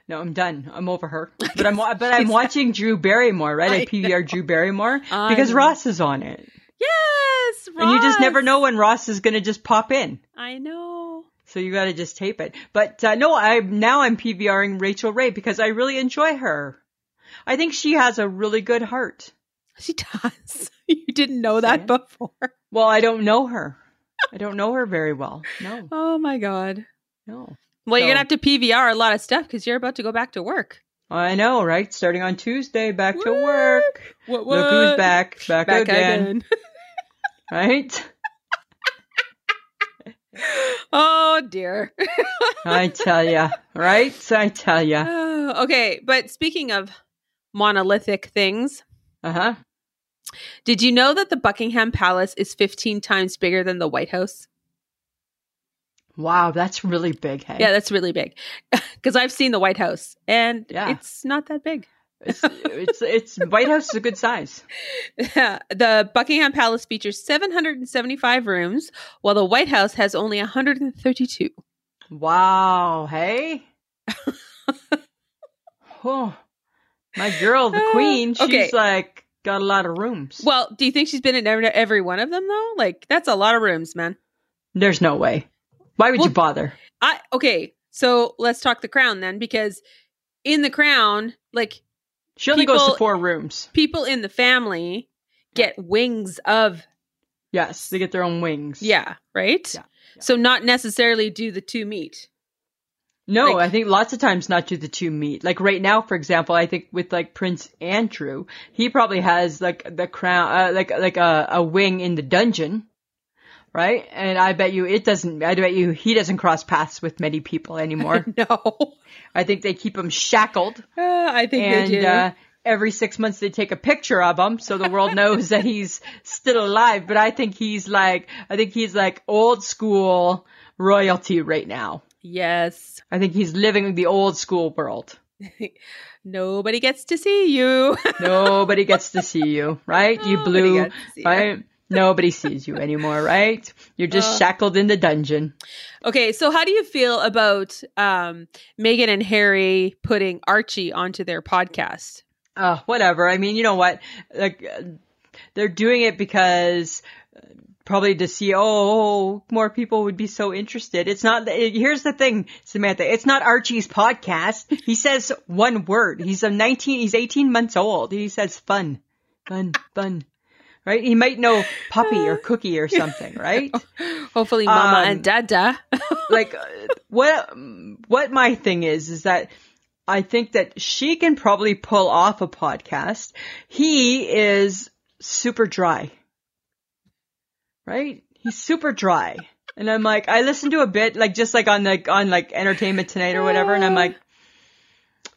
No, I'm done. I'm over her. But I'm wa- but I'm watching Drew Barrymore, right? I, I PVR Drew Barrymore I because know. Ross is on it, Yes, and you just never Ross! know when Ross is going to just pop in. I know. So you got to just tape it. But uh, no, I now I'm PVRing Rachel Ray because I really enjoy her. I think she has a really good heart. She does. you didn't know that before. Well, I don't know her. I don't know her very well. No, Oh my god. no. Well, you're So- gonna have to PVR a lot of stuff because you're about to go back to work. I know, right? Starting on Tuesday, back to work. What? Look who's back, back, Back again, again. right? oh dear. I tell ya, right? I tell ya. Oh, okay, but speaking of monolithic things, Uh huh. did you know that the Buckingham Palace is 15 times bigger than the White House? Wow, that's really big. Hey, Yeah, that's really big. Because I've seen the White House and Yeah. it's not that big. it's, it's it's White House is a good size. the Buckingham Palace features 775 rooms, while the White House has only 132. Wow, hey. oh, my girl, the Uh, Queen. She's okay. like got a lot of rooms. Well, do you think she's been in every, every one of them though? Like that's a lot of rooms, man. there's no way. Why would Well- you bother? I okay, so let's talk the Crown then, because in the Crown, like She only goes people- to four rooms. people in the family get wings of Yes, they get their own wings. yeah, right. Yeah, So not necessarily do the two meet. No, Like- I think lots of times not do the two meet. Like right now, for example, I think with like Prince Andrew, he probably has like the crown, uh, like like a, a wing in the dungeon, right? And I bet you it doesn't. I bet you he doesn't cross paths with many people anymore. No, I think they keep him shackled, Uh, I think they and do. uh, every six months they take a picture of him so the world knows that he's still alive. But I think he's like, I think he's like old school royalty right now. yes, I think he's living the old school world. nobody gets to see you. Nobody gets to see you, right? You Nobody blew, gets to see you. right? Nobody sees you anymore, right? You're just shackled in the dungeon. Okay, so how do you feel about um, Megan and Harry putting Archie onto their podcast? Uh, whatever. I mean, you know what? Like, uh, they're doing it because uh, probably to see, oh, more people would be so interested. It's not, th- here's the thing, Samantha. It's not Archie's podcast. He says one word. He's a 19, he's 18 months old. He says fun, fun, fun. Right? He might know puppy or cookie or something, right? Hopefully, Mama Um, and Dada. like uh, what what my thing is is that I think that she can probably pull off a podcast. He is super dry. Right? He's super dry. And I'm like I listened to a bit like just like on like on like entertainment tonight or whatever and I'm like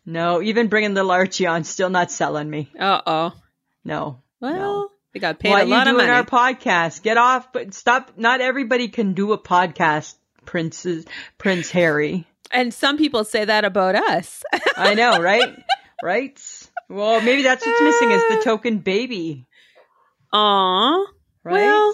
no, even bringing little Archie on still not selling me. Uh oh. No. Well, no. they got paid Why a lot you of money. doing our podcast? Get off! But stop! Not everybody can do a podcast, Prince's Prince Harry. and some people say that about us. I know, right? right? Well, maybe that's what's missing is the token baby, Aw. right? Well,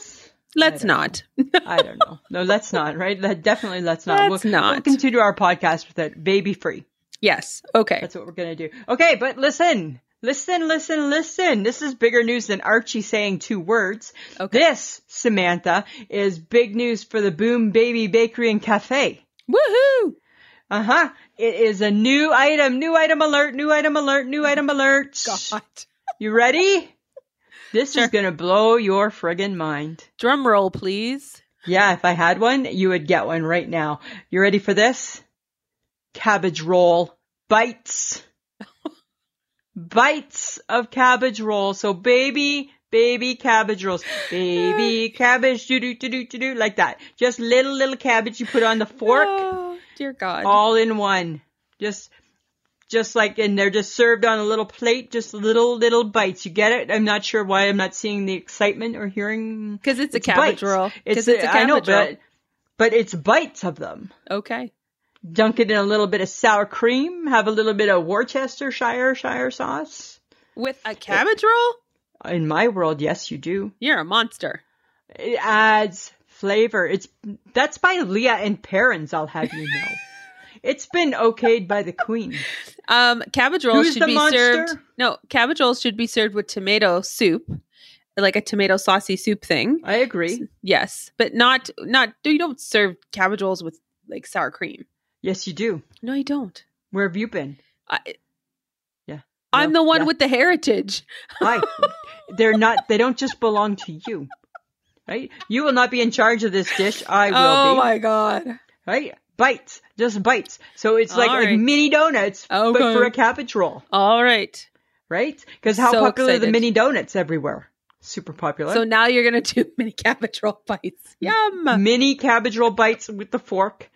Let's don't not. I don't know. No, let's not. Right? Let, definitely, let's not. Let's we'll, not. We'll continue our podcast with that baby free. Yes. Okay. That's what we're gonna do. Okay, but listen, Listen, listen, listen. This is bigger news than Archie saying two words. Okay. This, Samantha, is big news for the Boom Baby Bakery and Cafe. Woohoo! Uh huh. It is a new item, new item alert, new item alert, new item alert. God. You ready? This is going to blow your friggin' mind. Drum roll, please. Yeah, if I had one, you would get one right now. You ready for this? Cabbage roll bites. bites of cabbage roll. So baby, baby cabbage rolls. Baby cabbage do do do do do do like that. Just little little cabbage you put on the fork Oh, dear God. all in one. Just just like and they're just served on a little plate, just little little bites. You get it? I'm not sure why I'm not seeing the excitement or hearing Because it's, a cabbage bites. roll. Because it's a I cabbage know, roll. But, but it's bites of them. Okay. Dunk it in a little bit of sour cream. Have a little bit of Worcestershire Shire sauce. With a cabbage roll? In my world, yes, you do. You're a monster. It adds flavor. It's that's by Leah and Perrins. I'll have you know. It's been okayed by the queen. Um, cabbage rolls Who's should the be monster? served. No, cabbage rolls should be served with tomato soup, like a tomato saucy soup thing. I agree. Yes, but not not. You don't serve cabbage rolls with like sour cream. Yes, you do. No, you don't. Where have you been? I, Yeah. I'm the one yeah. with the heritage. Hi. They're not. They don't just belong to you, right? You will not be in charge of this dish. I will Oh be. my god. right? Bites, just bites. So it's like, All like right. mini donuts, but Okay. for a cabbage roll, All right. right? Because how So popular are the excited. mini donuts everywhere? Super popular. So now you're gonna do mini cabbage roll Mm. bites. Yum. mini cabbage roll bites with the fork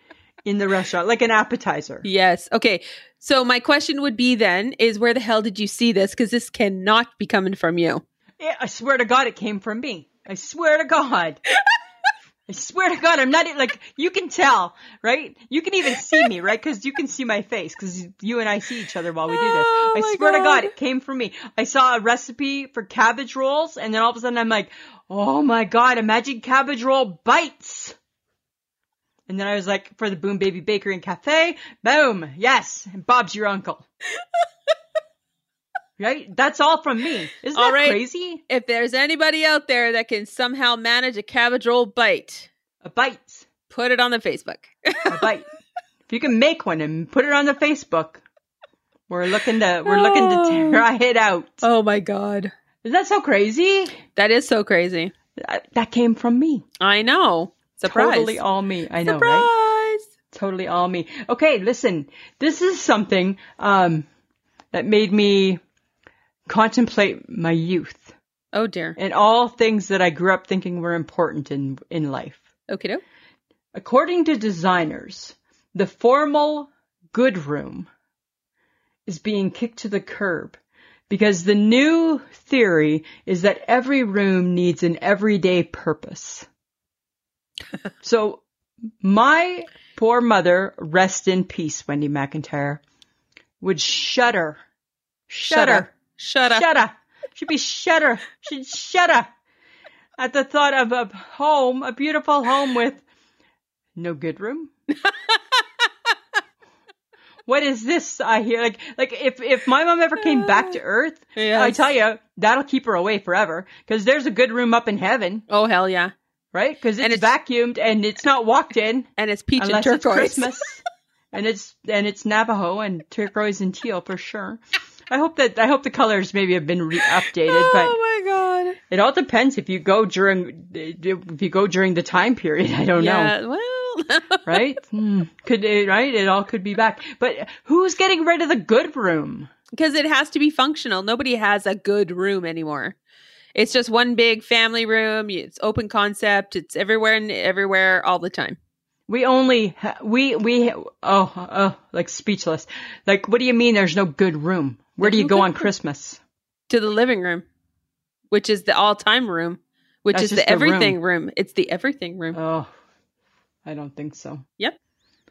in the restaurant, like an appetizer. Yes. Okay. So my question would be then is where the hell did you see this? Because this cannot be coming from you. Yeah, I swear to God, it came from me. I swear to God. I swear to God, I'm not e, like you can tell, right? You can even see me, right? Because you can see my face because you and I see each other while we do this. Oh, I my swear to God, God. it came from me. I saw a recipe for cabbage rolls, and then all of a sudden I'm like, oh my God, imagine cabbage roll bites. And then I was like, for the Boom Baby Bakery and Cafe, boom, yes, and Bob's your uncle. right? That's all from me. Isn't All that right. crazy? If there's anybody out there that can somehow manage a cabbage roll bite, a bite, put it on the Facebook. a bite. if you can make one and put it on the Facebook, we're looking to we're looking to Oh. try it out. oh my god. Is that so crazy? That is so crazy. That, that came from me. I know. Surprise. Totally all me. I know, Surprise. right? Totally all me. Okay, listen. This is something um, that made me contemplate my youth Oh dear. and all things that I grew up thinking were important in in life. Okay. doke. According to designers, the formal good room is being kicked to the curb because the new theory is that every room needs an everyday purpose. so my poor mother, rest in peace, Wendy McIntyre, would shudder, shudder, Shut up. shudder. She'd be shudder. She'd shudder at the thought of a home, a beautiful home with no good room. what is this I hear? Like, like if if my mom ever came back to Earth, I Yes. tell you that'll keep her away forever because there's a good room up in heaven, Oh hell yeah. right? Because it's, And it's- vacuumed and it's not walked in And it's peach unless and it's turquoise. Christmas. and it's and it's Navajo and turquoise and teal for sure. I hope that I hope the colors maybe have been re- updated, but oh my god. it all depends if you go during if you go during the time period. I don't know, yeah. Well. right? Hmm. Could it, right? It all could be back. But who's getting rid of the good room? Because it has to be functional. Nobody has a good room anymore. It's just one big family room. It's open concept. It's everywhere and everywhere all the time. We only ha- we we oh oh like speechless. Like what do you mean? There's no good room. Where do There's you no go good on room. Christmas? To the living room, which is the all time room, which That's is the, just the room. everything room. It's the everything room. Oh, I don't think so. yep.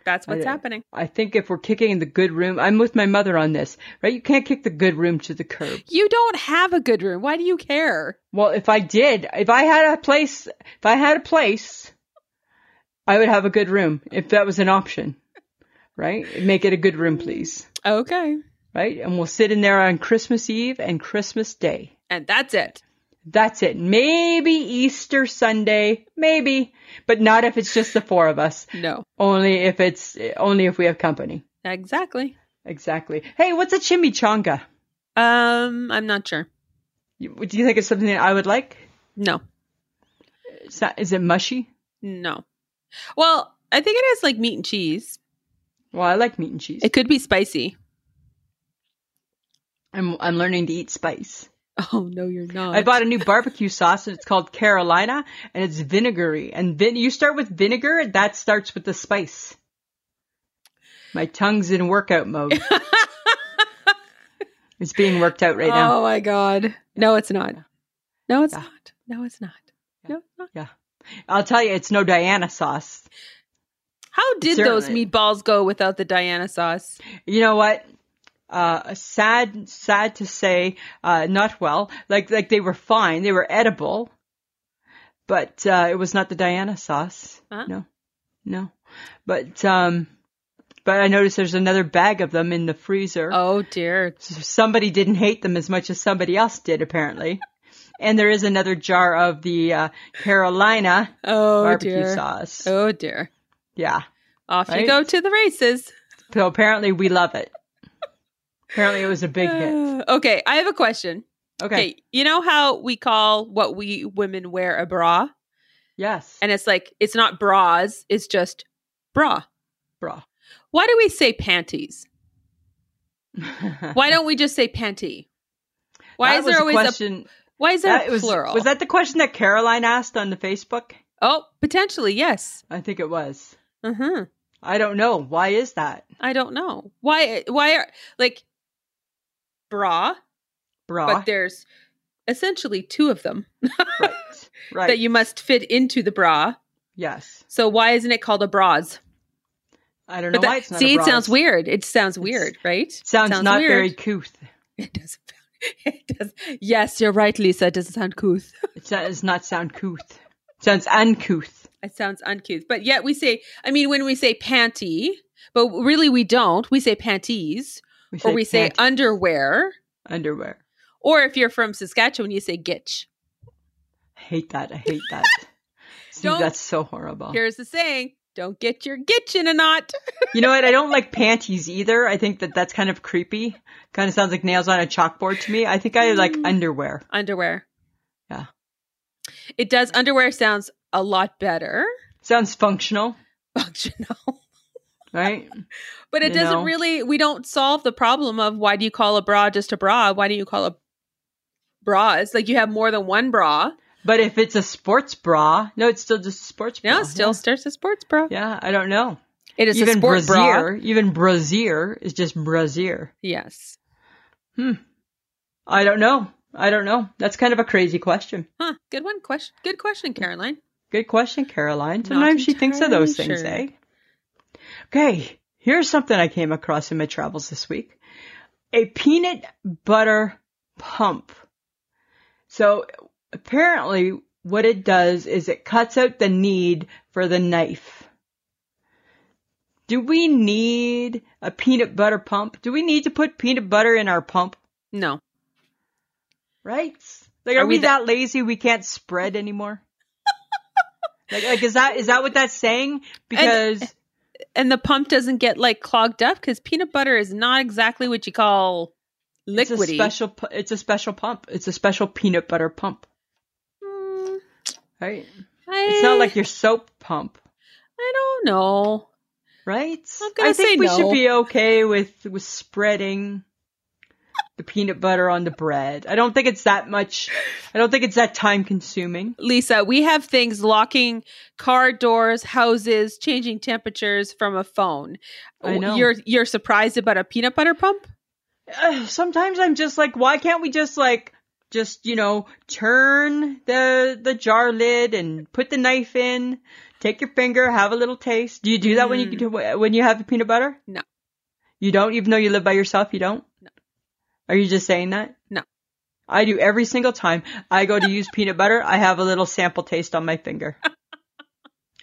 That's what's I- happening. I think if we're kicking the good room, I'm with my mother on this, right? You can't kick the good room to the curb. You don't have a good room. Why do you care? Well, if I did, if I had a place, if I had a place, I would have a good room if that was an option, right? Make it a good room, please. Okay. right? And we'll sit in there on Christmas Eve and Christmas Day. And that's it. That's it. Maybe Easter Sunday, maybe, but not if it's just the four of us. No. Only if it's only if we have company. Exactly. Exactly. Hey, what's a chimichanga? Um, I'm not sure. You- Do you think it's something that I would like? No. It's not, is it mushy? No. Well, I think it has like meat and cheese. Well, I like meat and cheese. It could be spicy. I'm I'm learning to eat spice. Oh no, you're not. I bought a new barbecue sauce and it's called Carolina and it's vinegary. And vin- you start with vinegar, that starts with the spice. My tongue's in workout mode. it's being worked out right now. Oh my god. No, it's not. No, it's not. No, it's not. No, it's not. Yeah. I'll tell you, it's no Diana sauce. How did those Certainly. meatballs go without the Diana sauce? You know what? Uh, sad, sad to say, uh, not well. Like, like they were fine. They were edible, but, uh, it was not the Diana sauce. Huh? No, no. But, um, but I noticed there's another bag of them in the freezer. Oh dear. So somebody didn't hate them as much as somebody else did, apparently. and there is another jar of the, uh, Carolina Oh barbecue dear. sauce. Oh dear. Yeah. Off Right? you go to the races. So apparently we love it. apparently it was a big hit. okay, I have a question. Okay. you know how we call what we women wear a bra? Yes. And it's like it's not bras, it's just bra. bra. Why do we say panties? Why don't we just say panty? Why That is was there always a question? why is there that a was, plural? Was that the question that Caroline asked on the Facebook? Oh, potentially, yes. I think it was. Mm-hmm. I don't know. Why is that? I don't know why. eh, Why are like bra, Bra. but there's essentially two of them right. Right. that you must fit into the bra. yes. So why isn't it called a bras? I don't know But why that- it's not see, a it bra. sounds weird. It sounds It's- weird, right? Sounds, not weird. very couth. It doesn't. It does. Yes, you're right, Lisa. It doesn't sound couth. It does not sound couth. Sounds uncouth. It sounds uncouth, but yet we say. I mean, when we say panty, but really we don't. We say panties, We or we say panty- underwear, underwear. or if you're from Saskatchewan, you say gitch. I hate that. I hate that. See, Don't- that's so horrible. Here's the saying: Don't get your gitch in a knot. You know what? I don't like panties either. I think that that's kind of creepy. Kind of sounds like nails on a chalkboard to me. I think I like Mm. underwear. Underwear. Yeah. It does. Underwear sounds a lot better, Sounds functional, functional, right? but it You doesn't know. really. We don't solve the problem of why do you call a bra just a bra? Why do you call a bra? It's like you have more than one bra. But if it's a sports bra, no, it's still just a sports bra. No, it still starts a sports bra. Oh, Yeah, Yeah, I don't know. It is even a sport bra. brassiere, even brassiere is just brassiere. Yes. I don't know. I don't know. That's kind of a crazy question. Huh. Good one. Question. Good question, Mm. Caroline. Good question, Caroline. Sometimes she thinks of those entirely sure. things, eh? Okay, here's something I came across in my travels this week. A peanut butter pump. So apparently what it does is it cuts out the need for the knife. Do we need a peanut butter pump? Do we need to put peanut butter in our pump? No. Right? Like, Are are, we we, the- that lazy we can't spread anymore? like, like is that is that what that's saying? Because And the pump doesn't get like clogged up because peanut butter is not exactly what you call it's a liquidy. special pu- it's a special pump. It's a special peanut butter pump. Mm, Right? I, It's not like your soap pump, I don't know. right? I'm gonna I think say we no. should be okay with with spreading the peanut butter on the bread. I don't think it's that much. I don't think it's that time consuming. Lisa, we have things locking car doors, houses, changing temperatures from a phone. I know. You're you're surprised about a peanut butter pump? Ugh, sometimes I'm just like, why can't we just like just you know turn the the jar lid and put the knife in, take your finger, have a little taste. Do you do that when you do- when you have peanut butter? No. You don't, even though you live by yourself. You don't. No. Are you just saying that? No. I do every single time I go to use peanut butter. I have a little sample taste on my finger.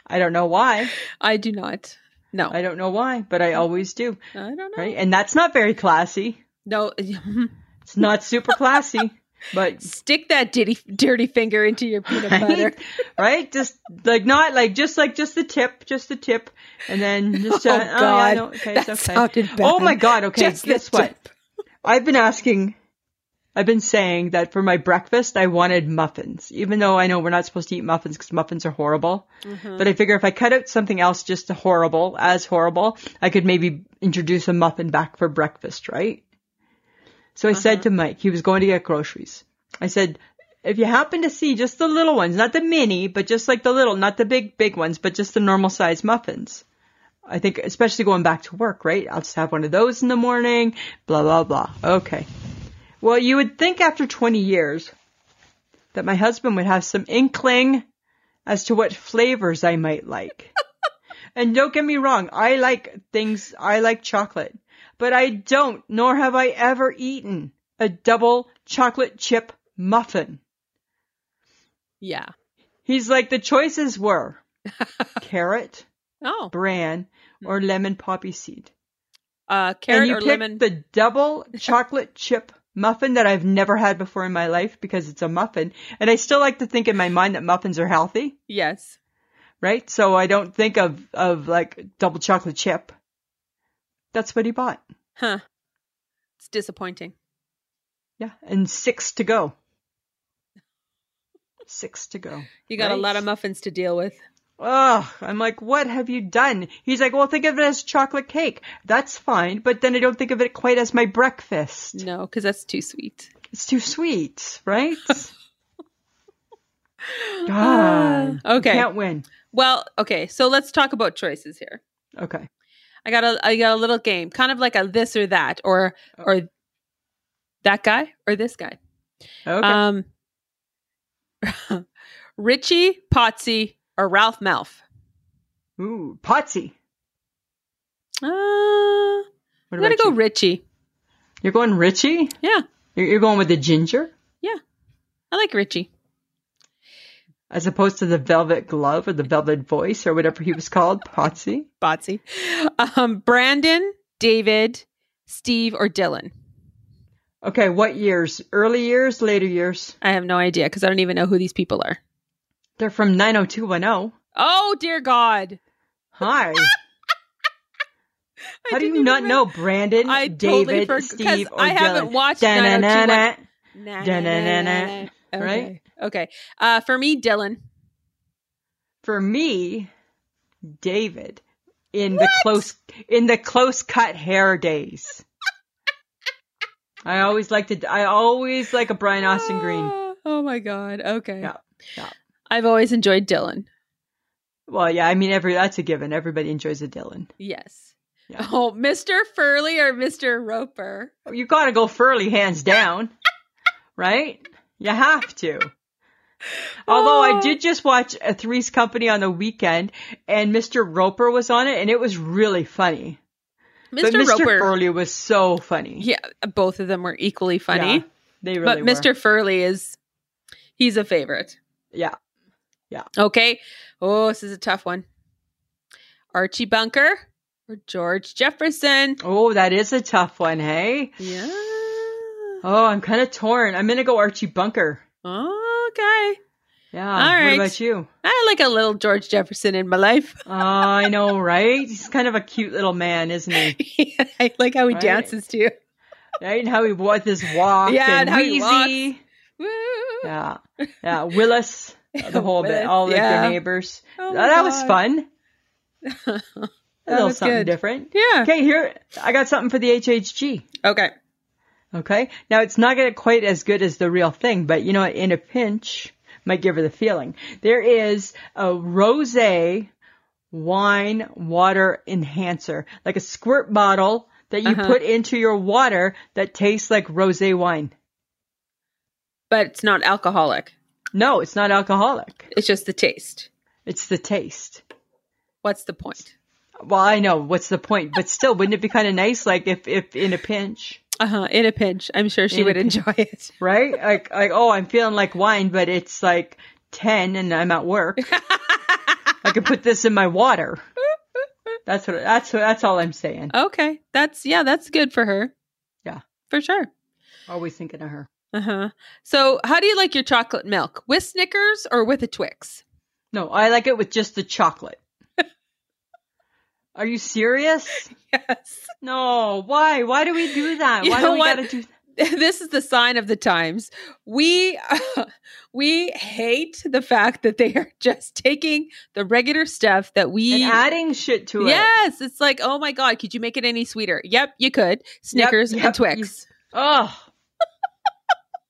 I don't know why. I do not. No. I I, don't know why, but I always do. don't know. Right? And that's not very classy. No, It's not super classy, but stick that dirty, dirty finger into your peanut butter. right? right? Just like not like just like just the tip, just the tip, and then just Oh, uh, yeah, God. no, okay, That it's okay. sounded Oh bad. my god! Okay, Just the guess what? tip. I've been asking. I've been saying that for my breakfast I wanted muffins, even though I know we're not supposed to eat muffins because muffins are horrible. But I figure if I cut out something else just horrible, as horrible, I could maybe introduce a muffin back for breakfast, right? So I said to Mike, he was going to get groceries. I said, if you happen to see just the little ones, not the mini, but just like the little, not the big, big ones, but just the normal size muffins. I think, especially going back to work, right? I'll just have one of those in the morning, blah, blah, blah. Okay. Well, you would think after 20 years that my husband would have some inkling as to what flavors I might like. and don't get me wrong, I like things, I like chocolate, but I don't, nor have I ever eaten a double chocolate chip muffin. Yeah. He's like, the choices were carrot, Oh, bran, or lemon poppy seed. uh, carrot and you or picked lemon? the double chocolate chip muffin that I've never had before in my life because it's a muffin. And I still like to think in my mind that muffins are healthy, yes. right? So I don't think of, of like double chocolate chip. That's what he bought. Huh. It's disappointing. Yeah. And six to go. Six to go. You got a lot of muffins to deal with. Ugh, I'm like, what have you done? He's like, well, think of it as chocolate cake. That's fine, but then I don't think of it quite as my breakfast. No, because that's too sweet. It's too sweet, right? Uh, God. Ah, Okay. Ah, Can't win. Well, okay. So let's talk about choices here. Okay. I got a I got a little game, kind of like a this or that, or Oh. or that guy or this guy. Okay. Um, Richie, Potsy, or Ralph Melf. Ooh, Potsy. Uh, I'm What gonna about go you? Richie. You're going Richie? Yeah, You're, you're going with the ginger yeah. I like Richie. as opposed to the velvet glove or the velvet voice or whatever he was called, Potsy. Botsy. Um, Brandon, David, Steve, or Dylan. Okay, what years? Early years, later years? I have no idea because I don't even know who these people are. They're from 90210. Oh dear God! Hi. I How do didn't you even not re- know Brandon, I totally David, forg- 'cause Steve, or I haven't Dylan? watched Da-na-na-na. 90210. Na, na, na, na, na. Na-na-na-na. Okay. Right? Okay. Uh, for me, Dylan. For me, David in the close in the close cut hair days. I always liked it. I always like a Brian Austin Green. Ah, Oh my God. Okay. Yeah, yeah. I've always enjoyed Dylan. Well, yeah. I mean, every that's a given. Everybody enjoys a Dylan. Yes. Yeah. Oh, Mr. Furley or Mr. Roper? You gotta go Furley, hands down, right? You have to. Although I did just watch a Three's Company on the weekend, and Mr. Roper was on it, and it was really funny. Mr. But Mr. Roper. Furley was so funny. Yeah, both of them were equally funny. Yeah, they but really were. Mr. Furley is he's a favorite. Yeah. Okay. Oh, this is a tough one. Archie Bunker or George Jefferson? Oh, that is a tough one, hey? Yeah. Oh, I'm kind of torn. I'm going to go Archie Bunker. Okay. Yeah. All right. What about you? I like a little George Jefferson in my life. Oh, I know, right? He's kind of a cute little man, isn't he? I like how he Right. dances too. Right? And how he with his walk Yeah, and, and how he wheezy. Woo. Yeah. Yeah. Willis. The whole bit. Willis, All like yeah. their neighbors. Oh my that, that was God. fun. A That little was something good. different. Yeah. Okay, here I got something for the HHG. Okay. Okay. Now it's not gonna quite as good as the real thing, but you know, what? in a pinch, might give her the feeling. There is a rosé wine water enhancer, like a squirt bottle that you put into your water that tastes like rosé wine. But it's not alcoholic. No, it's not alcoholic. It's just the taste. It's the taste. What's the point? Well, I know what's the point, but still, wouldn't it be kind of nice, like if, if in a pinch, Uh huh. In a pinch, I'm sure she In a would pinch. enjoy it. right? Like, like, oh, I'm feeling like wine, but it's like ten, and I'm at work. I could put this in my water. That's what. That's what, that's all I'm saying. Okay. That's yeah. That's good for her. Yeah. for sure. Always thinking of her. Uh huh. So, how do you like your chocolate milk? With Snickers or with a Twix? No, I like it with just the chocolate. Are you serious? Yes. No. Why? Why do we do that? You Why know do we what? gotta do This is the sign of the times. We we hate the fact that they are just taking the regular stuff that we and adding shit to it? Yes, it's like, oh my god, could you make it any sweeter? Yep, you could. Snickers yep, and Twix. Oh.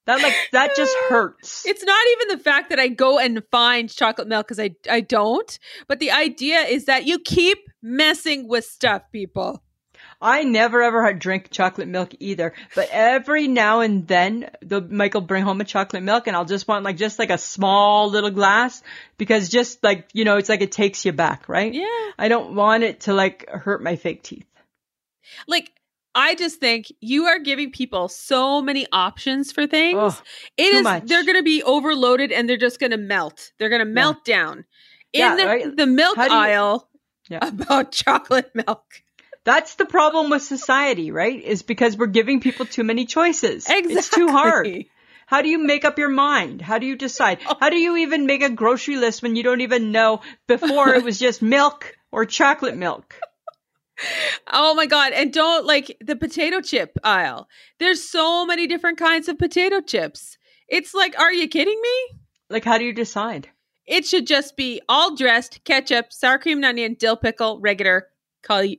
That like that just hurts. It's not even the fact that I go and find chocolate milk because I I don't, but the idea is that you keep messing with stuff, people. I never ever had drink chocolate milk either, but every now and then the Michael bring home a chocolate milk and I'll just want like just like a small little glass because just like you know it's like it takes you back, right? Yeah. I don't want it to like hurt my fake teeth. Like I just think you are giving people so many options for things. Ugh. it too is much. they're going to be overloaded and they're just going to melt. They're going to melt down in Yeah, the, right? the milk How do you- aisle Yeah. about chocolate milk. That's the problem with society, right? Is because we're giving people too many choices. It's too hard. Exactly. How do you make up your mind? How do you decide? Oh. How do you even make a grocery list when you don't even know before it was just milk or chocolate milk? Oh my god! And don't like the potato chip aisle. There's so many different kinds of potato chips. It's like, are you kidding me? Like, how do you decide? It should just be all dressed ketchup, sour cream and onion, dill pickle, regular. Call you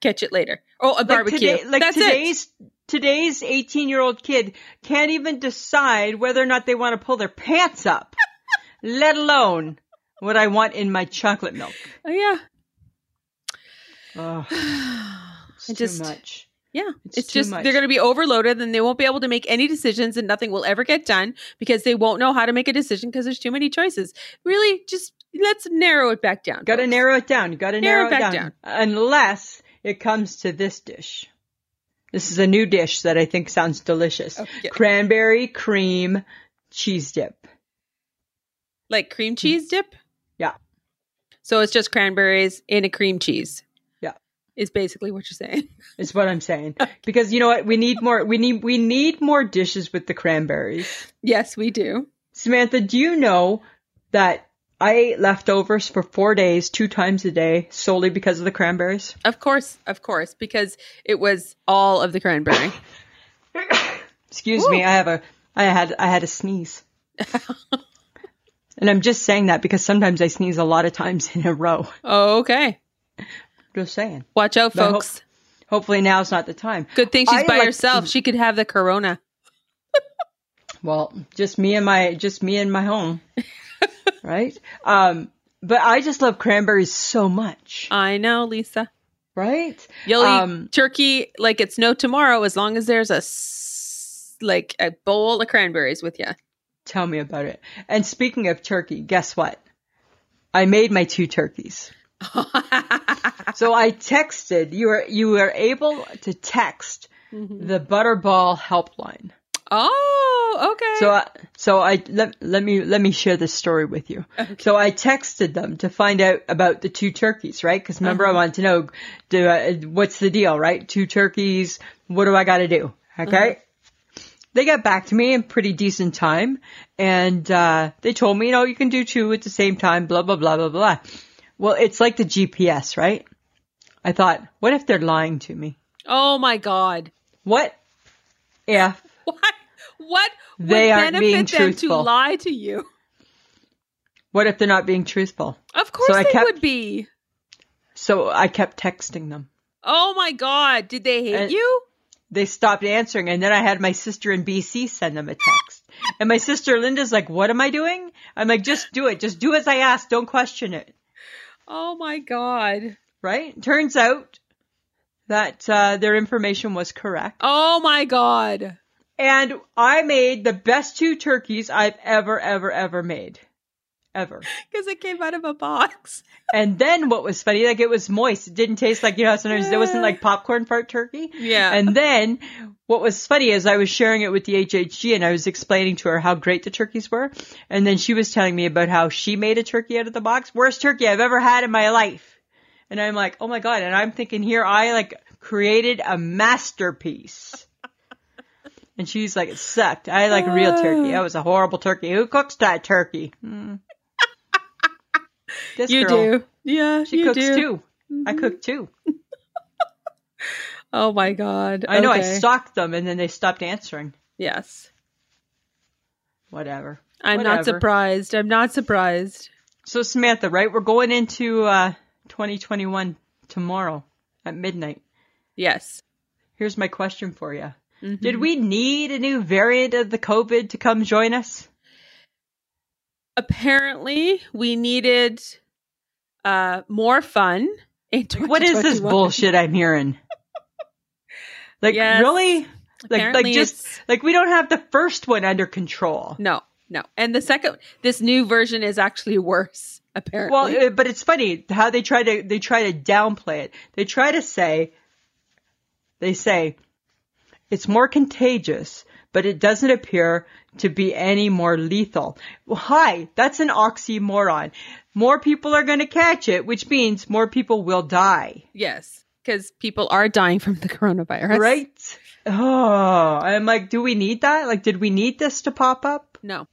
catch it later. Oh, a barbecue. Today, like That's it. today's today's eighteen year old kid can't even decide whether or not they want to pull their pants up, let alone what I want in my chocolate milk. Oh, yeah, Ugh, it's I too just- much. yeah. It's, It's too just much. they're going to be overloaded, and they won't be able to make any decisions, and nothing will ever get done because they won't know how to make a decision because there's too many choices. Really, just let's narrow it back down. Got to folks. narrow it down. Got to Narrow narrow, it it back down. down. Unless it comes to this dish. This is a new dish that I think sounds delicious. Okay. Cranberry cream cheese dip. like Hmm. cream cheese dip. Yeah. So it's just cranberries in a cream cheese. Yeah. Is basically what you're saying. Is what I'm saying. Because you know what? We need more we need we need more dishes with the cranberries. yes, we do. Samantha, do you know that I ate leftovers for 4 days, 2 times a day solely because of the cranberries? Of course, of course, because it was all of the cranberry. Excuse me, I have a I had I had a sneeze. and I'm just saying that because sometimes I sneeze a lot of times in a row. okay. Just saying. Watch out, I hope- folks. Hopefully now's not the time. Good thing she's I by like- herself. She could have the corona. Well, just me and my just me and my home. right? Um but I just love cranberries so much, I know, Lisa. right? You'll Um, eat turkey like it's no tomorrow as long as there's a s- like a bowl of cranberries with you. Tell me about it. And speaking of turkey, guess what? I made my two turkeys. so I texted. You were you were able to text the Butterball helpline. Oh, okay. So I, so I let, let me let me share this story with you. So I texted them to find out about the two turkeys, right? Because remember, I wanted to know do I, what's the deal, right? Two turkeys. What do I got to do? Okay. They got back to me in pretty decent time, and uh, they told me, you know, you can do two at the same time. Blah blah blah blah blah. Well, it's like the GPS, right? I thought, what if they're lying to me? oh my god. What if What? What would They aren't benefit being them to truthful. lie to you? what if they're not being truthful? Of course I they kept- would be. So I kept texting them. Oh my god, did they hate And- you? They stopped answering, and then I had my sister in BC send them a text. and my sister Linda's like, What am I doing? I'm like, Just do it. Just do as I asked. Don't question it. Oh my god. Right? Turns out that uh, their information was correct. Oh my god. And I made the best two turkeys I've ever, ever, ever made. Ever. Because it came out of a box. And then what was funny, like it was moist. It didn't taste like, you know, how sometimes it wasn't like popcorn fart turkey. Yeah. And then what was funny is I was sharing it with the HHG and I was explaining to her how great the turkeys were. And then she was telling me about how she made a turkey out of the box. Worst turkey I've ever had in my life. And I'm like, oh my God. And I'm thinking here, I like created a masterpiece. And she's like, it sucked. I like real turkey. That was a horrible turkey. Who cooks that turkey? Mm. This you girl, do. Yeah, She you cooks do. Mm-hmm. too. I cook too. Oh my god. I know I Okay. stalked them and then they stopped answering. Yes. Whatever. I'm not Whatever. surprised. I'm not surprised. So Samantha, right? We're going into uh 2021 tomorrow at midnight. Yes. Here's my question for you. Mm-hmm. Did we need a new variant of the COVID to come join us? Apparently, we needed uh more fun. In What is this 2021. bullshit I'm hearing? Like Yes. really? Like Apparently like just it's- like we don't have the first one under control. No, no. And the second, this new version is actually worse. Apparently. Well, uh, but it's funny how they try to they try to downplay it. They try to say they say it's more contagious, but it doesn't appear to be any more lethal. Well, hi, that's an oxymoron. More people are going to catch it, which means more people will die, yes, because people are dying from the coronavirus. right? Oh, I'm like, do we need that? Like, did we need this to pop up No.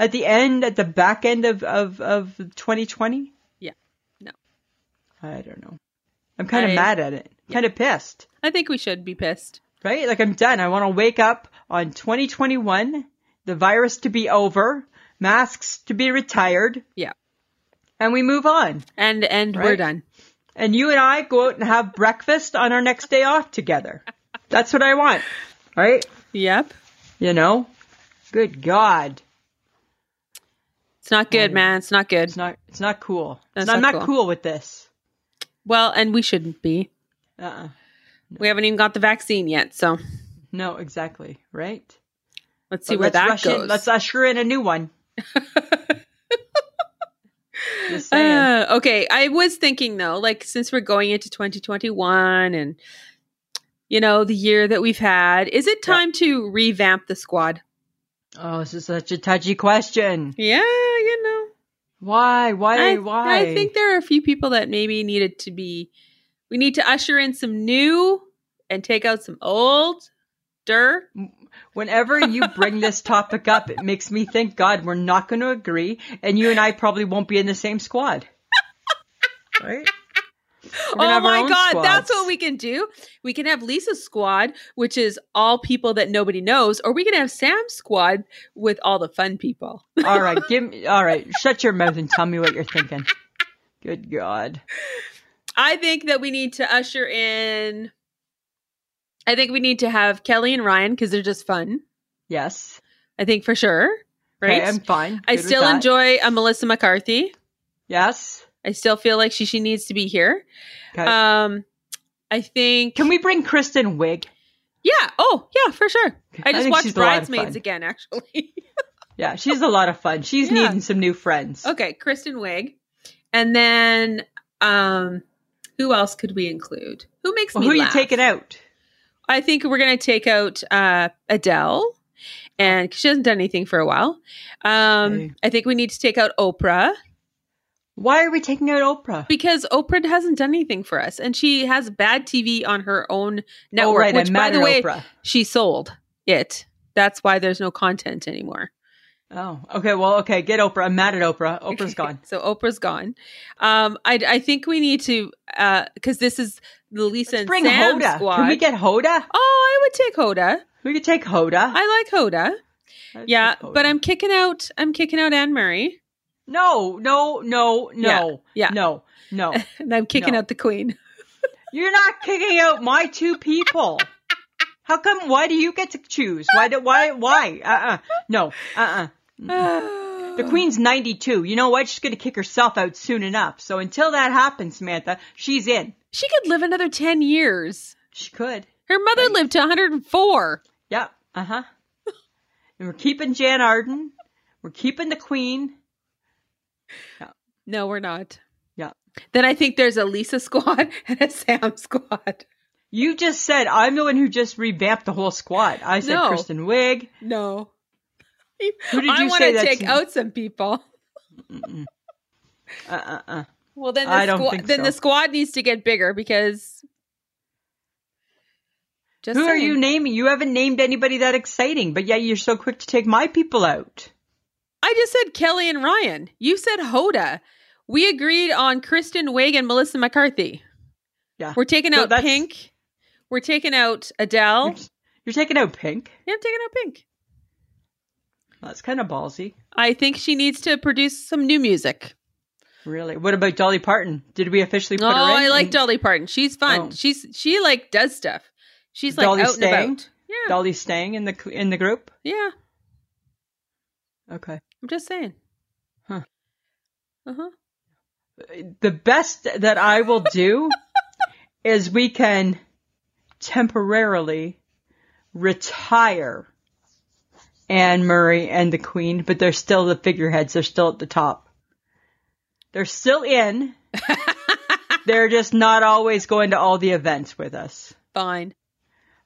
at the end, at the back end of of of 2020? Yeah. No. I don't know. I'm kind of I- mad at it. Kind of pissed, I think we should be pissed. right? Like I'm done. I want to wake up on 2021, the virus to be over, masks to be retired, Yeah. and we move on. And and we're Right. done. And you and I go out and have breakfast on our next day off together. That's what I want, right? Yep. You know? Good God. It's not good, man. It's not good. It's not it's not cool. That's I'm not not cool. cool with this. well, and we shouldn't be. Uh-uh. We haven't even got the vaccine yet, so No, exactly, right? let's see But where let's that rush goes. In, let's usher in a new one. Just saying. Uh, okay, I was thinking though, like since we're going into 2021 and you know the year that we've had, is it time to revamp the squad? oh, this is such a touchy question. Yeah, you know, Why? Why? I, why? I think there are a few people that maybe needed to be. We need to usher in some new and take out some old. Dur. whenever you bring this topic up, it makes me think, God, we're not going to agree, and you and I probably won't be in the same squad. Right? We're gonna Oh have our my own god, that's squads. what we can do. We can have Lisa's squad, which is all people that nobody knows, or we can have Sam's squad with all the fun people. All right, give me. All right, shut your mouth and tell me what you're thinking. Good God. I think that we need to usher in. I think we need to have Kelly and Ryan because they're just fun. Yes. I think for sure. Right. Okay, I'm fine. I Good with still that. enjoy a Melissa McCarthy. Yes. I still feel like she she needs to be here. Okay. Um, I think. Can we bring Kristen Wiig? Yeah. Oh, yeah, for sure. I I just think watched she's a lot of Bridesmaids fun. again, actually. Yeah, she's a lot of fun. She's Yeah. needing some new friends. okay, Kristen Wiig, and then um, who else could we include? Who makes Well, me who are you laugh? taking out? I think we're going to take out uh, Adele, and 'cause she hasn't done anything for a while. Um, Okay. I think we need to take out Oprah Why are we taking out Oprah? because Oprah hasn't done anything for us, and she has bad TV on her own network. oh, right, which, I'm by mad the at way, Oprah. she sold it. That's why there's no content anymore. Oh, okay. Well, okay. Get Oprah. I'm mad at Oprah. Oprah's gone. So Oprah's gone. Um, I, I think we need to because this is the Lisa and Bring Sam Hoda. squad. Can we get Hoda? oh, I would take Hoda. We could take Hoda. I like Hoda. Let's Yeah, take Hoda. but I'm kicking out. I'm kicking out Anne Murray, no, no, no, no, Yeah, yeah. no, no. and I'm kicking No. out the Queen. You're not kicking out my two people. How come? Why do you get to choose? Why? Do, why? Why? Uh. uh No. Uh. uh The queen's 92. You know what? She's going to kick herself out soon enough. So until that happens, Samantha, she's in. she could live another ten years. She could. Her mother lived to 104. Yep. Uh huh. And we're keeping Jan Arden. We're keeping the queen. No, we're not. Yeah. Then I think there's a Lisa squad and a Sam squad. You just said I'm the one who just revamped the whole squad. I said No. Kristen Wiig. No. Who did I you want say to that's- take out some people. Uh uh uh. Well, then the I don't squa- think then the so. squad needs to get bigger because Just Who are saying. you naming? You haven't named anybody that exciting, but yet you're so quick to take my people out. I just said Kelly and Ryan. You said Hoda. We agreed on Kristen Wiig and Melissa McCarthy. Yeah. We're taking No, out Ah, that's- Pink. We're taking out Adele. You're, you're taking out Pink. Yeah, I'm taking out Pink. That's kind of ballsy. I think she needs to produce some new music. Really? What about Dolly Parton? Did we officially put oh, her in? I like And Dolly Parton. She's fun. Oh. She's she like does stuff. She's like Dolly out Stang? and about. Yeah, Dolly staying in the cl- in the group. yeah. Okay. I'm just saying. Huh. Uh huh. The best that I will do is we can temporarily retire Anne Murray and the Queen, but they're still the figureheads. They're still at the top. They're still in. they're just not always going to all the events with us, Fine.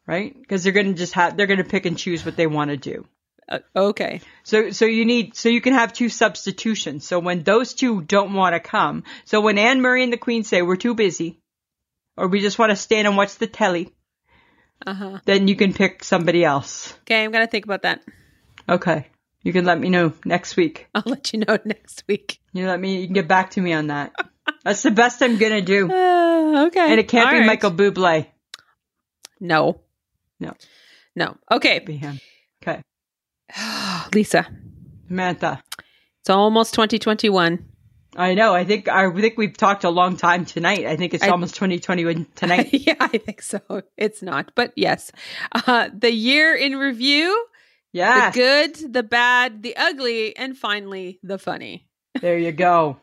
right? Because they're going to just have they're going to pick and choose what they want to do. Uh, okay. So so you need so you can have two substitutions. So when those two don't want to come, so when Anne Murray and the Queen say we're too busy, or we just want to stand and watch the telly, Uh huh. then you can pick somebody else. Okay, I'm gonna think about that. Okay, you can let me know next week. I'll let you know next week. You let me. You can get back to me on that. That's the best I'm gonna do, Uh, okay. and it can't All be right. Michael Bublé. No. No, it No. can't Okay. be him. Okay, Ah, Lisa, Samantha. it's almost 2021. I know. I think I think we've talked a long time tonight. I think it's I- almost 2021 tonight. yeah, I think so. It's not, but yes. Uh, the year in review Yes. the good, the bad, the ugly, and finally the funny. There you go.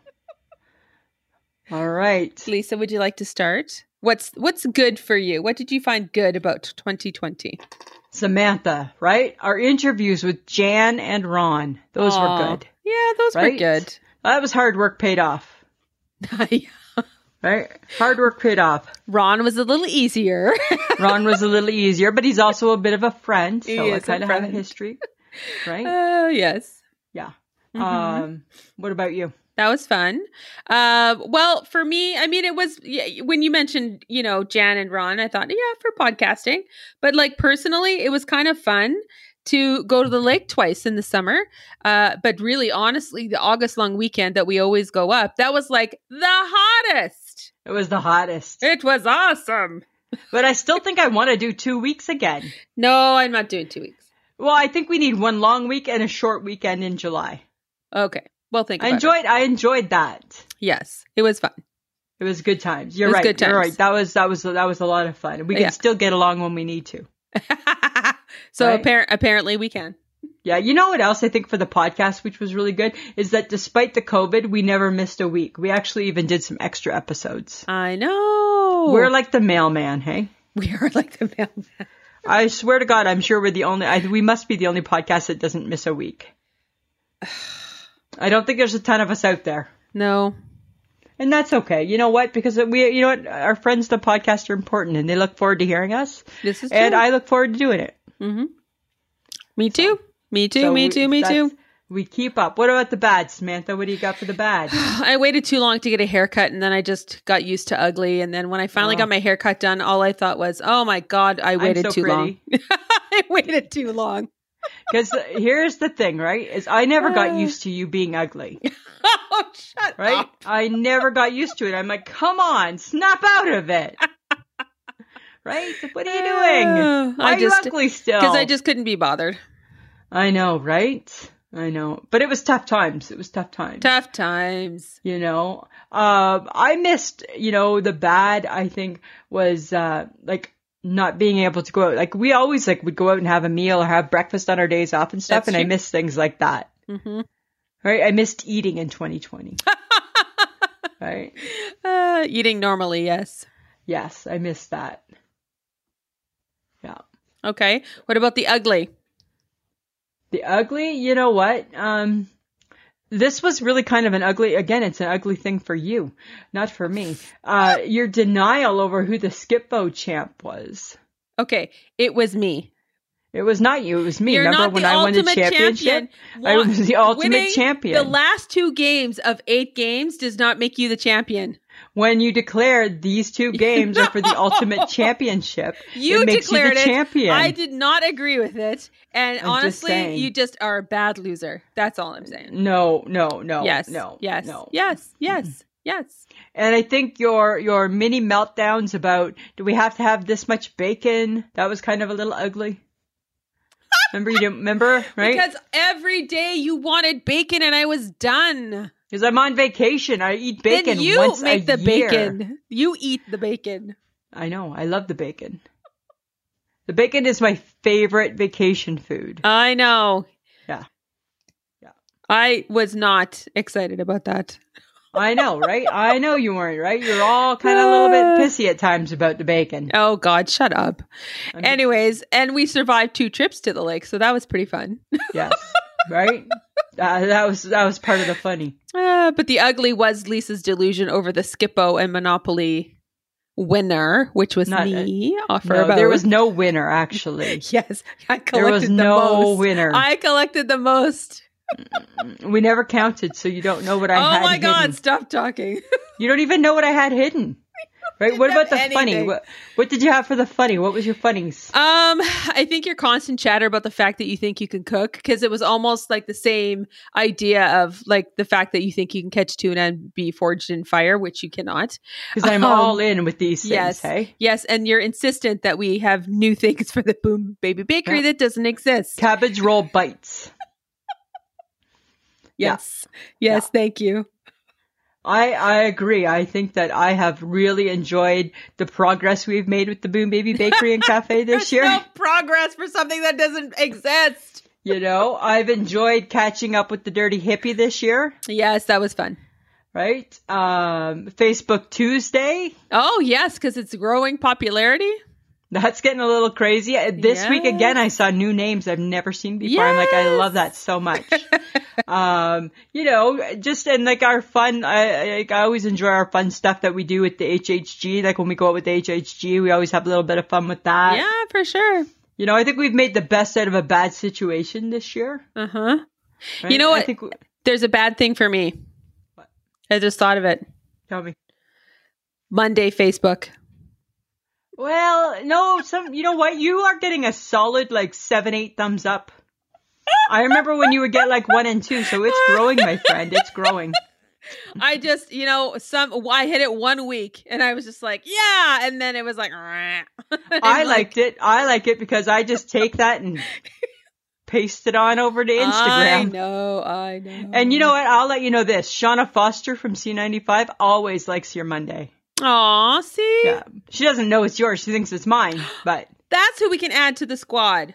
All right. Lisa, would you like to start? What's what's good for you? What did you find good about 2020? Samantha, right? Our interviews with Jan and Ron. Those Aw, were good. Yeah, those Right? were That was hard work paid off. good. Right? Hard work paid off. Ron was a little easier. Ron was a little easier, but he's also a bit of a friend, He so I is a kind of have a friend. history. Right? Oh, yes. Yeah. Mm-hmm. Um what about you? That was fun. Uh, well, for me, I mean, it was yeah, when you mentioned, you know, Jan and Ron, I thought, yeah, for podcasting. But like personally, it was kind of fun to go to the lake twice in the summer. Uh, but really, honestly, the August long weekend that we always go up, that was like the hottest. It was the hottest. It was awesome. But I still think I want to do 2 weeks again. No, I'm not doing two weeks. Well, I think we need one long week and a short weekend in July. Okay. Well, think I about it. enjoyed I enjoyed that. Yes, it was fun. It was good times. You're It was right. good You're times. right. That was that was that was a lot of fun. We Yeah. can still get along when we need to. so Right. appar- apparently we can. Yeah. You know what else I think for the podcast, which was really good, is that despite the COVID, we never missed a week. We actually even did some extra episodes. I know. We're like the mailman, hey. we are like the mailman. I swear to God, I'm sure we're the only. I, we must be the only podcast that doesn't miss a week. I don't think there's a ton of us out there, No. and that's okay. You know what? Because we, you know what, our friends, the podcast, are important, and they look forward to hearing us. This is and true. Mm-hmm. I look forward to doing it. Me too. Me too. So me we- too. Me that's- too. We keep up. What about the bad, Samantha? What do you got for the bad? I waited too long to get a haircut and then I just got used to ugly. And then when I finally got my haircut done, all I thought was, oh my God, I waited so too long. pretty. I waited too long. Because here's the thing, right? Is I never got Uh. used to you being ugly, Oh, shut right? up. I never got used to it. I'm like, come on, snap out of it, right? What are you Uh, doing? I Why are you just- ugly still? Because I just couldn't be bothered. I know, right? I know, but it was tough times. It was tough times. Tough times. you know um i missed you know the bad i think was uh like not being able to go out like we always like would go out and have a meal or have breakfast on our days off and stuff That's and i true. Mm-hmm. miss things like that right i missed eating in 2020 right Uh, eating normally, yes. yes i missed that yeah Okay. What about the ugly? the ugly you know what um this was really kind of an ugly again it's an ugly thing for you not for me uh your denial over who the skip bow champ was Okay. It was me. It was not you. It was me. You're Remember not when the I won the ultimate championship? champion. I Wa- was the ultimate winning The champion. last two games of eight games does not make you the champion. when you declared these two games are for the No. ultimate championship, You it makes declared you the it. champion. I did not agree with it, and I'm just honestly, saying. you just are a bad loser. That's all I'm saying. No, no, no. yes. No. Yes. No. Yes. Yes. Yes. And I think your your mini meltdowns about do we have to have this much bacon? That was kind of a little ugly. Remember you didn't remember, right? Because every day you wanted bacon, and I was done. Because I'm on vacation. I eat bacon then you once a make the year. bacon. You eat the bacon. I know. I love the bacon. The bacon is my favorite vacation food. I know. Yeah. I was not excited about that. I know, right? I know you weren't, right? You're all kind of a little bit pissy at times about the bacon. Oh God, shut up. I'm- Anyways, and we survived two trips to the lake, so that was pretty fun. Yes. Right? Uh, that was that was part of the funny. Uh, but the ugly was Lisa's delusion over the Skippo and Monopoly winner, which was Not- me. Uh, for No, about there was no winner actually. yes, I collected There was the no most. winner. I collected the most. We never counted, so you don't know what I had. oh my God! hidden. Stop talking. You don't even know what I had hidden. Right? What have about the funny? anything. What, what did you have for the funny? What was your funnies? Um, I think your constant chatter about the fact that you think you can cook because it was almost like the same idea of like the fact that you think you can catch tuna and be forged in fire, which you cannot. Because I'm um, all in with these things. yes. Hey, Yes, and you're insistent that we have new things for the Boom Baby Bakery Yeah. that doesn't exist. cabbage roll bites. yeah. Yes, yes, thank you. I, I agree. I think that I have really enjoyed the progress we've made with the Boom Baby Bakery and Cafe this year. No progress for something that doesn't exist. You know, I've enjoyed catching up with the Dirty Hippie this year, Yes, that was fun. right? Um, Facebook Tuesday, Oh yes, because it's growing popularity. that's getting a little crazy. Uh, This week Yes. again, I saw new names I've never seen before. I'm like, I love that so much. um, you know, just and like our fun. I I- like, I always enjoy our fun stuff that we do with the HHG. Like when we go out with the HHG, we always have a little bit of fun with that. yeah, for sure. You know, I think we've made the best out of a bad situation this year. Uh huh. right? You know I what? think we- There's a bad thing for me. I just thought of it. tell me. Monday Facebook. Well, no, some you know what? You are getting a solid like seven, eight thumbs up. I remember when you would get like one and two, so it's growing, my friend. It's growing. I just, you know, some I hit it one week and I was just like, yeah, and then it was like, I I liked it. I like it because I just take that and paste it on over to I Instagram. know, I know. And you know what? I'll let you know this. Shauna Foster from C95 always likes your Monday. Aw, see, Yeah. She doesn't know it's yours. She thinks it's mine. But that's who we can add to the squad.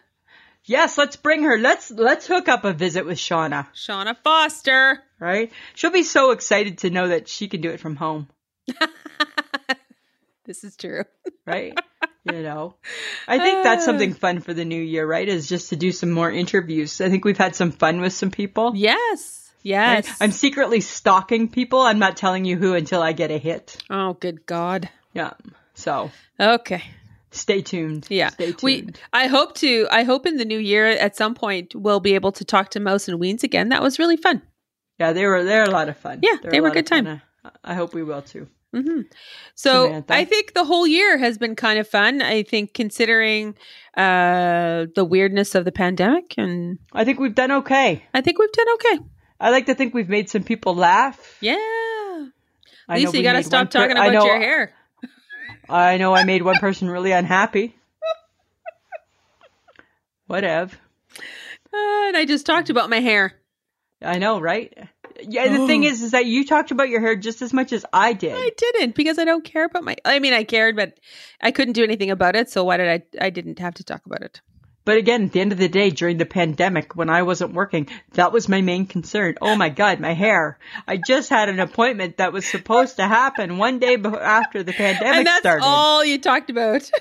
yes, let's bring her. Let's let's hook up a visit with Shauna, Shauna Foster. right? She'll be so excited to know that she can do it from home. This is true. right? you know, I think that's Uh. something fun for the new year, right? Is just to do some more interviews. I think we've had some fun with some people. Yes, right? yes. I'm secretly stalking people. I'm not telling you who until I get a hit. oh, good God. Yeah. So Okay. stay tuned. Yeah. Stay tuned. We I hope to I hope in the new year at some point we'll be able to talk to Mouse and Weens again. That was really fun. yeah, they were they're a lot of fun. Yeah, They're they a were lot good of fun. time. I I hope we will too. So Samantha. I think the whole year has been kind of fun. I think considering uh, the weirdness of the pandemic, and I think we've done okay. I think we've done okay. I like to think we've made some people laugh. Yeah, I know Lisa, we you got to made one stop per- talking I about know- your hair. I know I made one person really unhappy. Whatever. Uh, and I just talked about my hair. I know, right? Yeah, the Oh. thing is, is that you talked about your hair just as much as I did. I didn't because I don't care about my. I mean, I cared, but I couldn't do anything about it. So why did I? I didn't have to talk about it. But again, at the end of the day, during the pandemic, when I wasn't working, that was my main concern. Oh my God, my hair. I just had an appointment that was supposed to happen one day before, after the pandemic and that's started. all you talked about.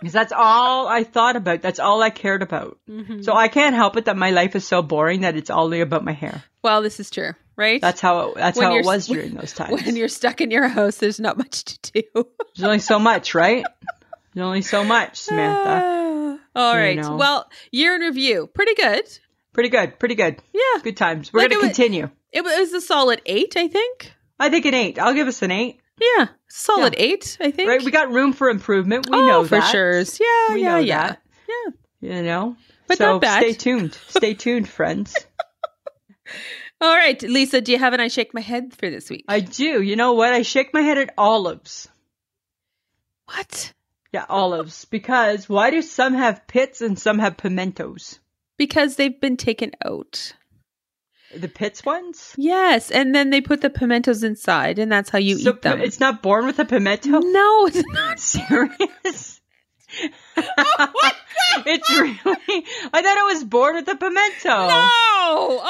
'Cause that's all I thought about. That's all I cared about. Mm-hmm. So I can't help it that my life is so boring that it's only about my hair. well, this is true, right? That's how it, that's When how you're it s- was during those times. when you're stuck in your house, there's not much to do. There's only so much, right? There's only so much, Samantha. Ah. All You right. know. Well, year in review, pretty good. Pretty good. Pretty good. Yeah. Good times. We're Like going it to wa- continue. It was a solid eight, I think. I think an eight. I'll give us an eight. Yeah, solid eight, I think. Right? We got room for improvement. We oh, know for that. sure. Yeah, We yeah, know yeah, that. yeah. You know? But so not bad. stay tuned. Stay tuned, friends. All right, Lisa, do you have an I shake my head for this week? I do. You know what? I shake my head at olives. what? Yeah, olives. Because why do some have pits and some have pimentos? Because they've been taken out. The pits ones? Yes, and then they put the pimentos inside, and that's how you So eat them. p- It's not born with a pimento? no, it's not. Oh, serious? it's really. I thought it was born with a pimento. No. Oh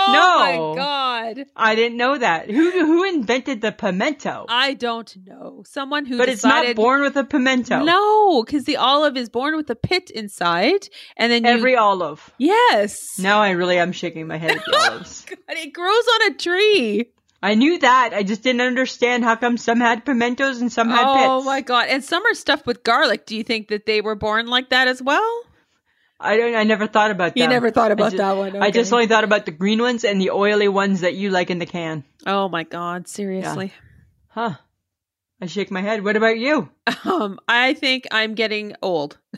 my No. god. I didn't know that. Who who invented the pimento? I don't know. Someone Uh, who but decided it's not born with a pimento. No, because the olive is born with a pit inside, and then you- Every olive. yes, Now I really am shaking my head at the olives. God, it grows on a tree. I knew that. I just didn't understand how come some had pimentos and some had pits. Oh my god! And some are stuffed with garlic. Do you think that they were born like that as well? I don't. I never thought about that. You never thought about that one, I just okay. only thought about the green ones and the oily ones that you like in the can. Oh my god! Seriously, Huh. I shake my head. What about you? um, I think I'm getting old.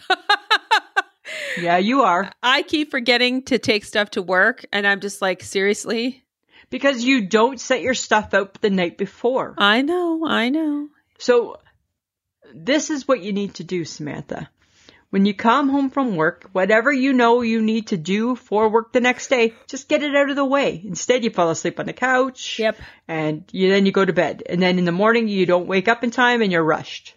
Yeah, you are. I keep forgetting to take stuff to work, and I'm just like, seriously. Because you don't set your stuff out the night before. I know, I know. So, this is what you need to do, Samantha. When you come home from work, whatever you know you need to do for work the next day, just get it out of the way. Instead, you fall asleep on the couch. Yep. And you, then you go to bed. And then in the morning, you don't wake up in time and you're rushed.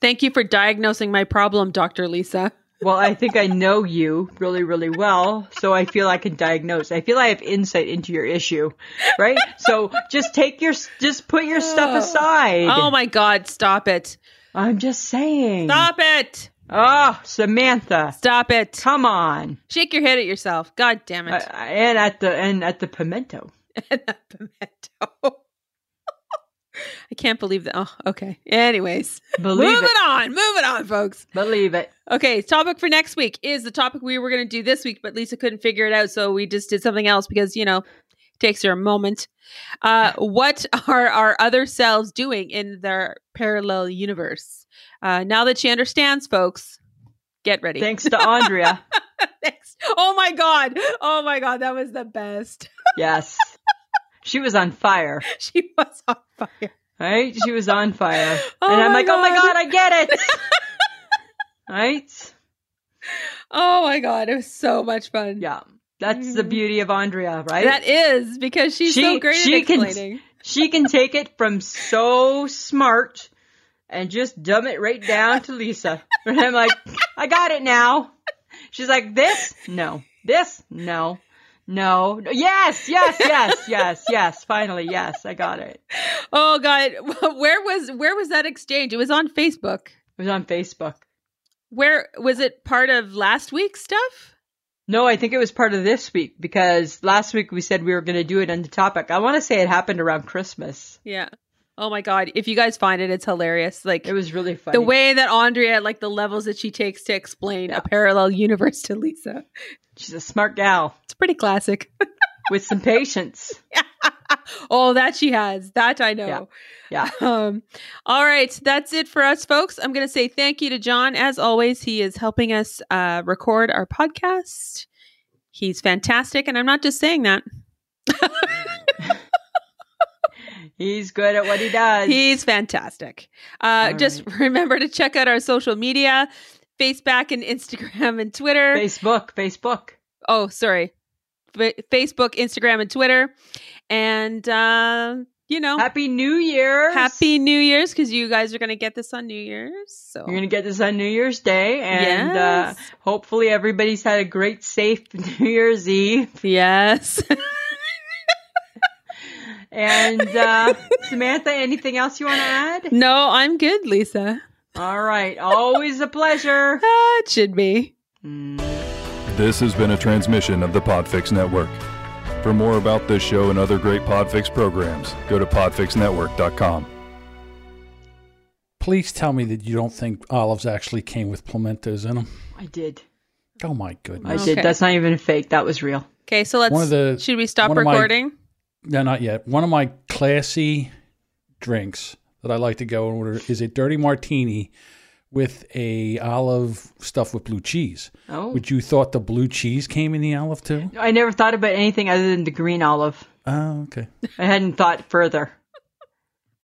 Thank you for diagnosing my problem, Doctor Lisa. Well, I think I know you really, really well, so I feel I can diagnose. I feel I have insight into your issue, right? So just take your, just put your stuff aside. Oh my god! Stop it! I'm just saying. Stop it! Oh, Samantha, Stop it! come on! Shake your head at yourself. God damn Uh, it! and at the and at the pimento. and a pimento. I can't believe that. Oh, okay. Anyways, Believe moving it. on, moving on, folks. Believe it. Okay, topic for next week is the topic we were going to do this week, but Lisa couldn't figure it out, so we just did something else because you know takes her a moment. Uh, what are our other selves doing in their parallel universe? Uh, now that she understands, folks, get ready. Thanks to Andrea. Thanks. Oh my god! Oh my god! That was the best. yes, she was on fire. she was on fire. Right? She was on fire. Oh and I'm my like, oh my God. god, I get it. right? Oh my god, it was so much fun. Yeah. That's the beauty of Andrea, Mm-hmm. right? that is because she's She- so great she at can- explaining. she can take it from so smart and just dumb it right down to Lisa. And I'm like, I got it now. She's like, this? No. This? No. No. Yes, yes, yes, yes, yes. Finally, yes, I got it. It Oh god, where was where was that exchange? It was on Facebook. was on Facebook. Where was it part of last week's stuff? No, I think it was part of this week because last week we said we were going to do it on the topic. I want to say it happened around Christmas. Yeah. Oh my god, if you guys find it it's hilarious. Like It was really funny. the way that Andrea like the levels that she takes to explain a parallel universe to Lisa. She's a smart gal It's pretty classic. with some patience. oh, that she has. That I know. Yeah. Yeah. Um, all right, that's it for us, folks. I'm going to say thank you to John. As always, he is helping us uh, record our podcast. He's fantastic, and I'm not just saying that. He's good at what he does. He's fantastic. Uh, All just remember to check out our social media, Facebook and Instagram and Twitter. Facebook, Facebook. oh, sorry, Fa Facebook, Instagram, and Twitter. And uh, you know, Happy New Year. Happy New Year's because you guys are going to get this on New Year's. So You're going to get this on New Year's Day. And uh, Yes. hopefully, everybody's had a great, safe New Year's Eve. yes. And uh, Samantha, anything else you want to add? No, I'm good, Lisa. All right. Always a pleasure. Ah, it should be. This has been a transmission of the Podfix Network. For more about this show and other great Podfix programs, go to podfixnetwork.com. Please tell me that you don't think olives actually came with pimentos in them. I did. Oh my goodness. I did. Okay. That's not even a fake. That was real. Okay, so let's. One of the- should we stop one of my- recording? No, not yet. One of my classy drinks that I like to go and order is a dirty martini with a olive stuffed with blue cheese. Oh. Would you thought the blue cheese came in the olive too? I never thought about anything other than the green olive. Oh, okay. I hadn't thought further.